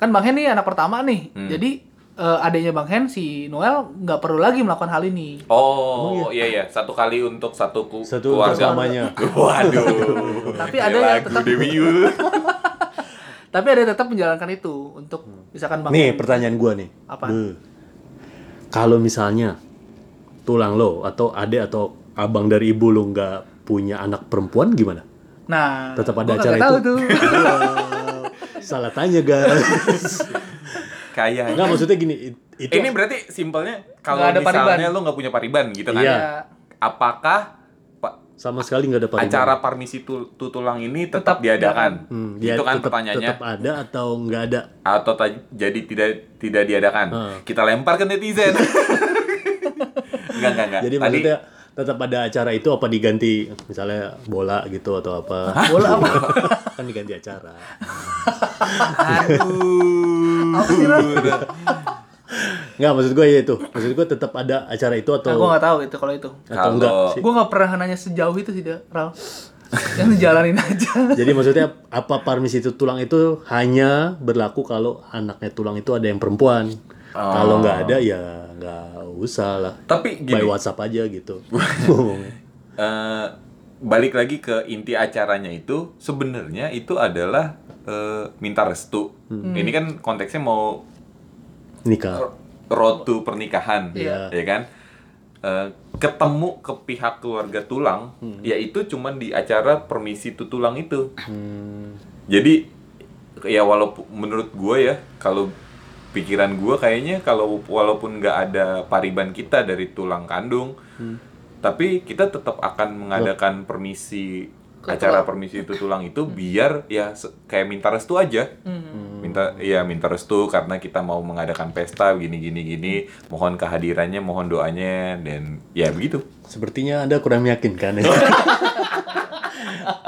[SPEAKER 3] kan Bang Hen nih anak pertama nih. Jadi eh, adanya Bang Hen si Noel nggak perlu lagi melakukan hal ini.
[SPEAKER 1] Oh, iya iya, satu kali untuk satu, ku-
[SPEAKER 2] Satu
[SPEAKER 1] keluarga.
[SPEAKER 2] utamanya.
[SPEAKER 1] Waduh.
[SPEAKER 3] Tapi
[SPEAKER 1] Kayak
[SPEAKER 3] ada yang
[SPEAKER 1] lagu
[SPEAKER 3] tetap-
[SPEAKER 1] Dewi Yu.
[SPEAKER 3] Tapi ada yang tetap menjalankan itu untuk misalkan Bang
[SPEAKER 2] Hmm. Nih
[SPEAKER 3] Hen-
[SPEAKER 2] pertanyaan gua nih.
[SPEAKER 3] Apa?
[SPEAKER 2] Beuh. Kalau misalnya tulang lo atau ade atau abang dari ibu lo nggak punya anak perempuan gimana?
[SPEAKER 3] Nah,
[SPEAKER 2] Tetap ada
[SPEAKER 3] gua kagak
[SPEAKER 2] acara
[SPEAKER 3] tahu
[SPEAKER 2] itu.
[SPEAKER 3] tuh.
[SPEAKER 2] Salah tanya guys.
[SPEAKER 1] Kayaknya.
[SPEAKER 2] Enggak maksudnya gini. it- Itu
[SPEAKER 1] Ini berarti simpelnya kalau
[SPEAKER 3] Nggak ada
[SPEAKER 1] misalnya
[SPEAKER 3] pariban.
[SPEAKER 1] lo nggak punya pariban gitu kan.
[SPEAKER 2] Iya.
[SPEAKER 3] Ya,
[SPEAKER 1] Apakah pa-
[SPEAKER 2] sama sekali nggak ada paribahan.
[SPEAKER 1] acara permisi tu- tutulang ini tetap,
[SPEAKER 3] Tetap
[SPEAKER 1] diadakan?
[SPEAKER 2] Hmm, dia
[SPEAKER 1] Itu kan
[SPEAKER 2] tetap,
[SPEAKER 1] pertanyaannya. Ya,
[SPEAKER 2] tetap ada atau nggak ada?
[SPEAKER 1] Atau ta- jadi tidak tidak diadakan?
[SPEAKER 2] Heeh.
[SPEAKER 1] Kita lempar ke netizen. enggak enggak enggak.
[SPEAKER 2] Jadi
[SPEAKER 1] Tadi
[SPEAKER 2] maksudnya tetap ada acara itu apa diganti misalnya bola gitu atau apa?
[SPEAKER 3] Bola apa?
[SPEAKER 2] kan diganti acara.
[SPEAKER 1] aduh.
[SPEAKER 2] Nggak maksud gue ya itu. Maksud gue tetap ada acara itu atau
[SPEAKER 3] Nah, gue nggak tahu itu kalau itu.
[SPEAKER 2] atau enggak
[SPEAKER 1] Kalau-
[SPEAKER 2] sih?
[SPEAKER 3] Gue nggak pernah nanya sejauh itu sih, Da- Ral. Yang dijalanin aja.
[SPEAKER 2] Jadi maksudnya apa parmisi itu tulang itu hanya berlaku kalau anaknya tulang itu ada yang perempuan. Kalau nggak ada ya nggak usah lah.
[SPEAKER 1] Tapi
[SPEAKER 2] By
[SPEAKER 1] gini,
[SPEAKER 2] WhatsApp aja gitu.
[SPEAKER 1] eh, balik lagi ke inti acaranya itu sebenarnya itu adalah eh, minta restu.
[SPEAKER 3] Hmm.
[SPEAKER 1] Ini kan konteksnya mau
[SPEAKER 2] Nikah.
[SPEAKER 1] road to pernikahan,
[SPEAKER 3] Iya.
[SPEAKER 1] ya kan? Eh, ketemu ke pihak keluarga tulang,
[SPEAKER 3] Hmm.
[SPEAKER 1] yaitu cuman di acara permisi tu tulang itu. Jadi ya walaupun menurut gue ya kalau pikiran gue kayaknya kalau walaupun nggak ada pariban kita dari tulang kandung, tapi kita tetap akan mengadakan permisi acara permisi itu tulang itu biar ya se- kayak minta restu aja minta ya minta restu karena kita mau mengadakan pesta gini gini gini mohon kehadirannya mohon doanya dan ya begitu
[SPEAKER 2] Sepertinya Anda kurang meyakinkan. ya.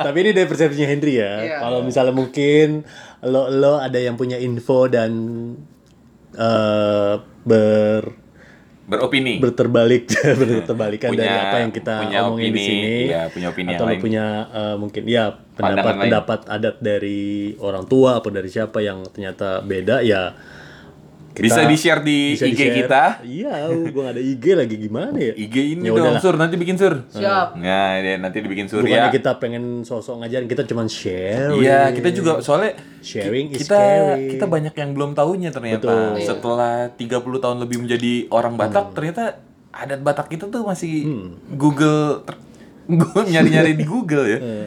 [SPEAKER 2] Tapi ini dari persepsinya Henry ya.
[SPEAKER 3] Iya.
[SPEAKER 2] Kalau misalnya mungkin lo lo ada yang punya info dan eh ber
[SPEAKER 1] beropini
[SPEAKER 2] berterbalik berterbalikan
[SPEAKER 1] Punya-
[SPEAKER 2] dari apa yang kita
[SPEAKER 1] punya
[SPEAKER 2] omongin di
[SPEAKER 1] opini,
[SPEAKER 2] sini
[SPEAKER 1] iya, punya opini
[SPEAKER 2] atau
[SPEAKER 1] yang
[SPEAKER 2] lu
[SPEAKER 1] lain.
[SPEAKER 2] punya eh, mungkin ya pendapat
[SPEAKER 1] lain.
[SPEAKER 2] pendapat adat dari orang tua atau dari siapa yang ternyata beda ya
[SPEAKER 1] Bisa di-share di IG kita.
[SPEAKER 2] iya gua gak ada IG lagi gimana ya
[SPEAKER 1] IG ini
[SPEAKER 2] Ya
[SPEAKER 1] dong
[SPEAKER 2] udahlah.
[SPEAKER 1] sur nanti bikin sur
[SPEAKER 3] Siap.
[SPEAKER 1] nah ya, nanti dibikin sur
[SPEAKER 2] bukannya
[SPEAKER 1] ya
[SPEAKER 2] kita pengen sosok ngajarin kita cuman share
[SPEAKER 1] Iya, kita juga soalnya
[SPEAKER 2] Sharing
[SPEAKER 1] ki-
[SPEAKER 2] is
[SPEAKER 1] kita
[SPEAKER 2] caring.
[SPEAKER 1] kita banyak yang belum tahunya ternyata.
[SPEAKER 3] Iya.
[SPEAKER 2] Betul. Hmm.
[SPEAKER 1] Setelah 30 tahun lebih menjadi orang Batak, ternyata adat Batak kita tuh masih Google ter- Google nyari-nyari di Google ya.
[SPEAKER 2] Hmm.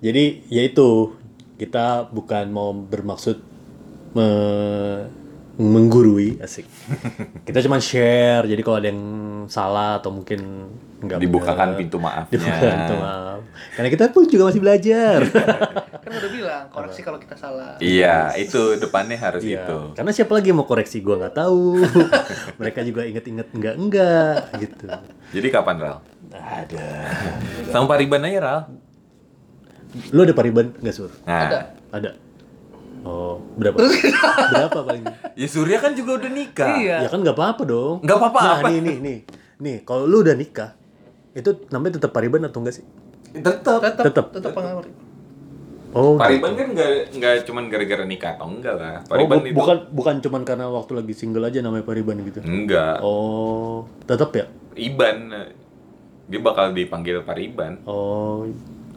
[SPEAKER 2] Jadi yaitu kita bukan mau bermaksud me- menggurui asik. Kita cuma share. Jadi kalau ada yang salah atau mungkin nggak
[SPEAKER 1] Dibukakan
[SPEAKER 2] benar,
[SPEAKER 1] pintu maafnya.
[SPEAKER 2] dibukakan pintu maaf. Karena kita pun juga masih belajar.
[SPEAKER 3] Kan udah bilang koreksi kalau kita salah.
[SPEAKER 1] Iya, itu depannya harus
[SPEAKER 2] Iya.
[SPEAKER 1] itu.
[SPEAKER 2] Karena siapa lagi yang mau koreksi gua nggak tahu. Mereka juga inget-inget nggak enggak gitu.
[SPEAKER 1] Jadi kapan, Ral?
[SPEAKER 2] Ada.
[SPEAKER 1] Sama Pariban aja, Ral.
[SPEAKER 2] Lu ada pariban nggak sur?
[SPEAKER 3] Ada.
[SPEAKER 1] Nah,
[SPEAKER 2] Ada. Oh berapa? berapa paling?
[SPEAKER 1] ya Surya kan juga udah nikah.
[SPEAKER 3] Iya.
[SPEAKER 2] Ya kan nggak apa-apa dong.
[SPEAKER 1] Nggak apa-apa,
[SPEAKER 2] Nah,
[SPEAKER 1] apa?
[SPEAKER 2] nih nih nih. Nih, kalau lu udah nikah, itu namanya tetap pariban atau enggak sih?
[SPEAKER 1] Tetap.
[SPEAKER 3] Tetap
[SPEAKER 2] Tetap.
[SPEAKER 3] tetap, pengaruh.
[SPEAKER 2] Oh,
[SPEAKER 1] Pariban
[SPEAKER 2] gitu.
[SPEAKER 1] kan nggak nggak cuman gara-gara nikah atau enggak lah.
[SPEAKER 2] Oh,
[SPEAKER 1] Pariban
[SPEAKER 2] bu-
[SPEAKER 1] itu
[SPEAKER 2] bukan bukan cuman karena waktu lagi single aja namanya pariban gitu.
[SPEAKER 1] enggak.
[SPEAKER 2] Oh, tetap ya?
[SPEAKER 1] Iban dia bakal dipanggil Pariban.
[SPEAKER 2] Oh.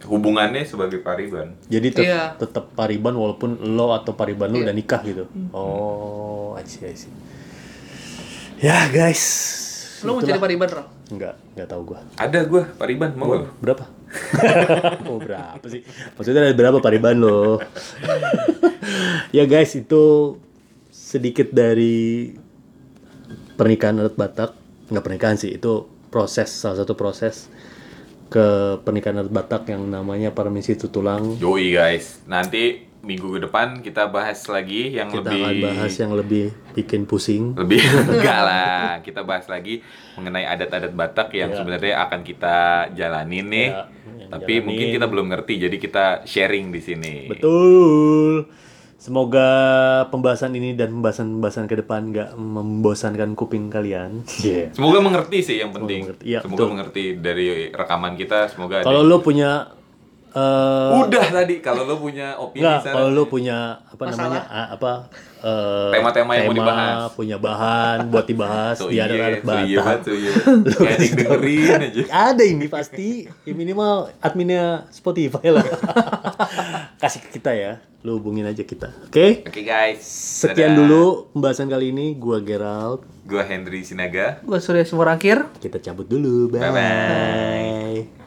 [SPEAKER 1] hubungannya sebagai pariban
[SPEAKER 2] Jadi tet-
[SPEAKER 3] Iya.
[SPEAKER 2] tetap pariban walaupun lo atau pariban lo udah nikah gitu.
[SPEAKER 3] Hmm.
[SPEAKER 2] Oh, I see, I see. Ya, guys.
[SPEAKER 3] Lo mau jadi pariban, Ral?
[SPEAKER 2] Enggak, enggak tahu gua.
[SPEAKER 1] ada gua pariban mau
[SPEAKER 2] Gua
[SPEAKER 1] gak?
[SPEAKER 2] berapa? oh, berapa sih? Maksudnya ada berapa pariban lo? ya, guys, itu sedikit dari pernikahan adat Batak. Enggak pernikahan sih, itu proses salah satu proses ke pernikahan adat Batak yang namanya permisi tutulang.
[SPEAKER 1] Yoi guys, nanti minggu ke depan kita bahas lagi yang
[SPEAKER 2] Kita
[SPEAKER 1] lebih
[SPEAKER 2] akan bahas yang lebih bikin pusing.
[SPEAKER 1] lebih enggak lah. Kita bahas lagi mengenai adat-adat Batak yang
[SPEAKER 2] Iya.
[SPEAKER 1] sebenarnya akan kita jalani nih.
[SPEAKER 2] Iya, yang
[SPEAKER 1] Tapi
[SPEAKER 2] jalanin.
[SPEAKER 1] mungkin kita belum ngerti, jadi kita sharing di sini.
[SPEAKER 2] Betul. Semoga pembahasan ini dan pembahasan-pembahasan ke depan nggak membosankan kuping kalian. Iya.
[SPEAKER 1] Semoga mengerti sih yang penting.
[SPEAKER 2] mengerti. Iya,
[SPEAKER 1] semoga
[SPEAKER 2] betul.
[SPEAKER 1] mengerti dari rekaman kita. Semoga ada-
[SPEAKER 2] Kalau lo punya eh
[SPEAKER 1] udah tadi kalau lo punya opini
[SPEAKER 2] nggak,
[SPEAKER 1] saran-
[SPEAKER 2] kalau lo punya apa
[SPEAKER 3] Masalah.
[SPEAKER 2] namanya ah, apa eh,
[SPEAKER 1] Tema-tema yang mau
[SPEAKER 2] tema,
[SPEAKER 1] dibahas.
[SPEAKER 2] punya bahan buat dibahas
[SPEAKER 1] Tuh
[SPEAKER 2] di
[SPEAKER 1] iya,
[SPEAKER 2] adat-adat
[SPEAKER 1] tuh iya
[SPEAKER 2] Batak.
[SPEAKER 1] banget, tuh iya. Kayak dengerin aja.
[SPEAKER 2] Ada ini pasti. Ya minimal adminnya Spotify lah. Kasih ke kita ya. Lo hubungin aja kita. Oke?
[SPEAKER 1] Oke guys,
[SPEAKER 2] Sekian
[SPEAKER 1] Dadah.
[SPEAKER 2] dulu pembahasan kali ini. Gua Gerald.
[SPEAKER 1] Gua Henry Sinaga.
[SPEAKER 3] Gue Surya Sumorangkir.
[SPEAKER 2] Kita cabut dulu. Bye.
[SPEAKER 1] Bye-bye.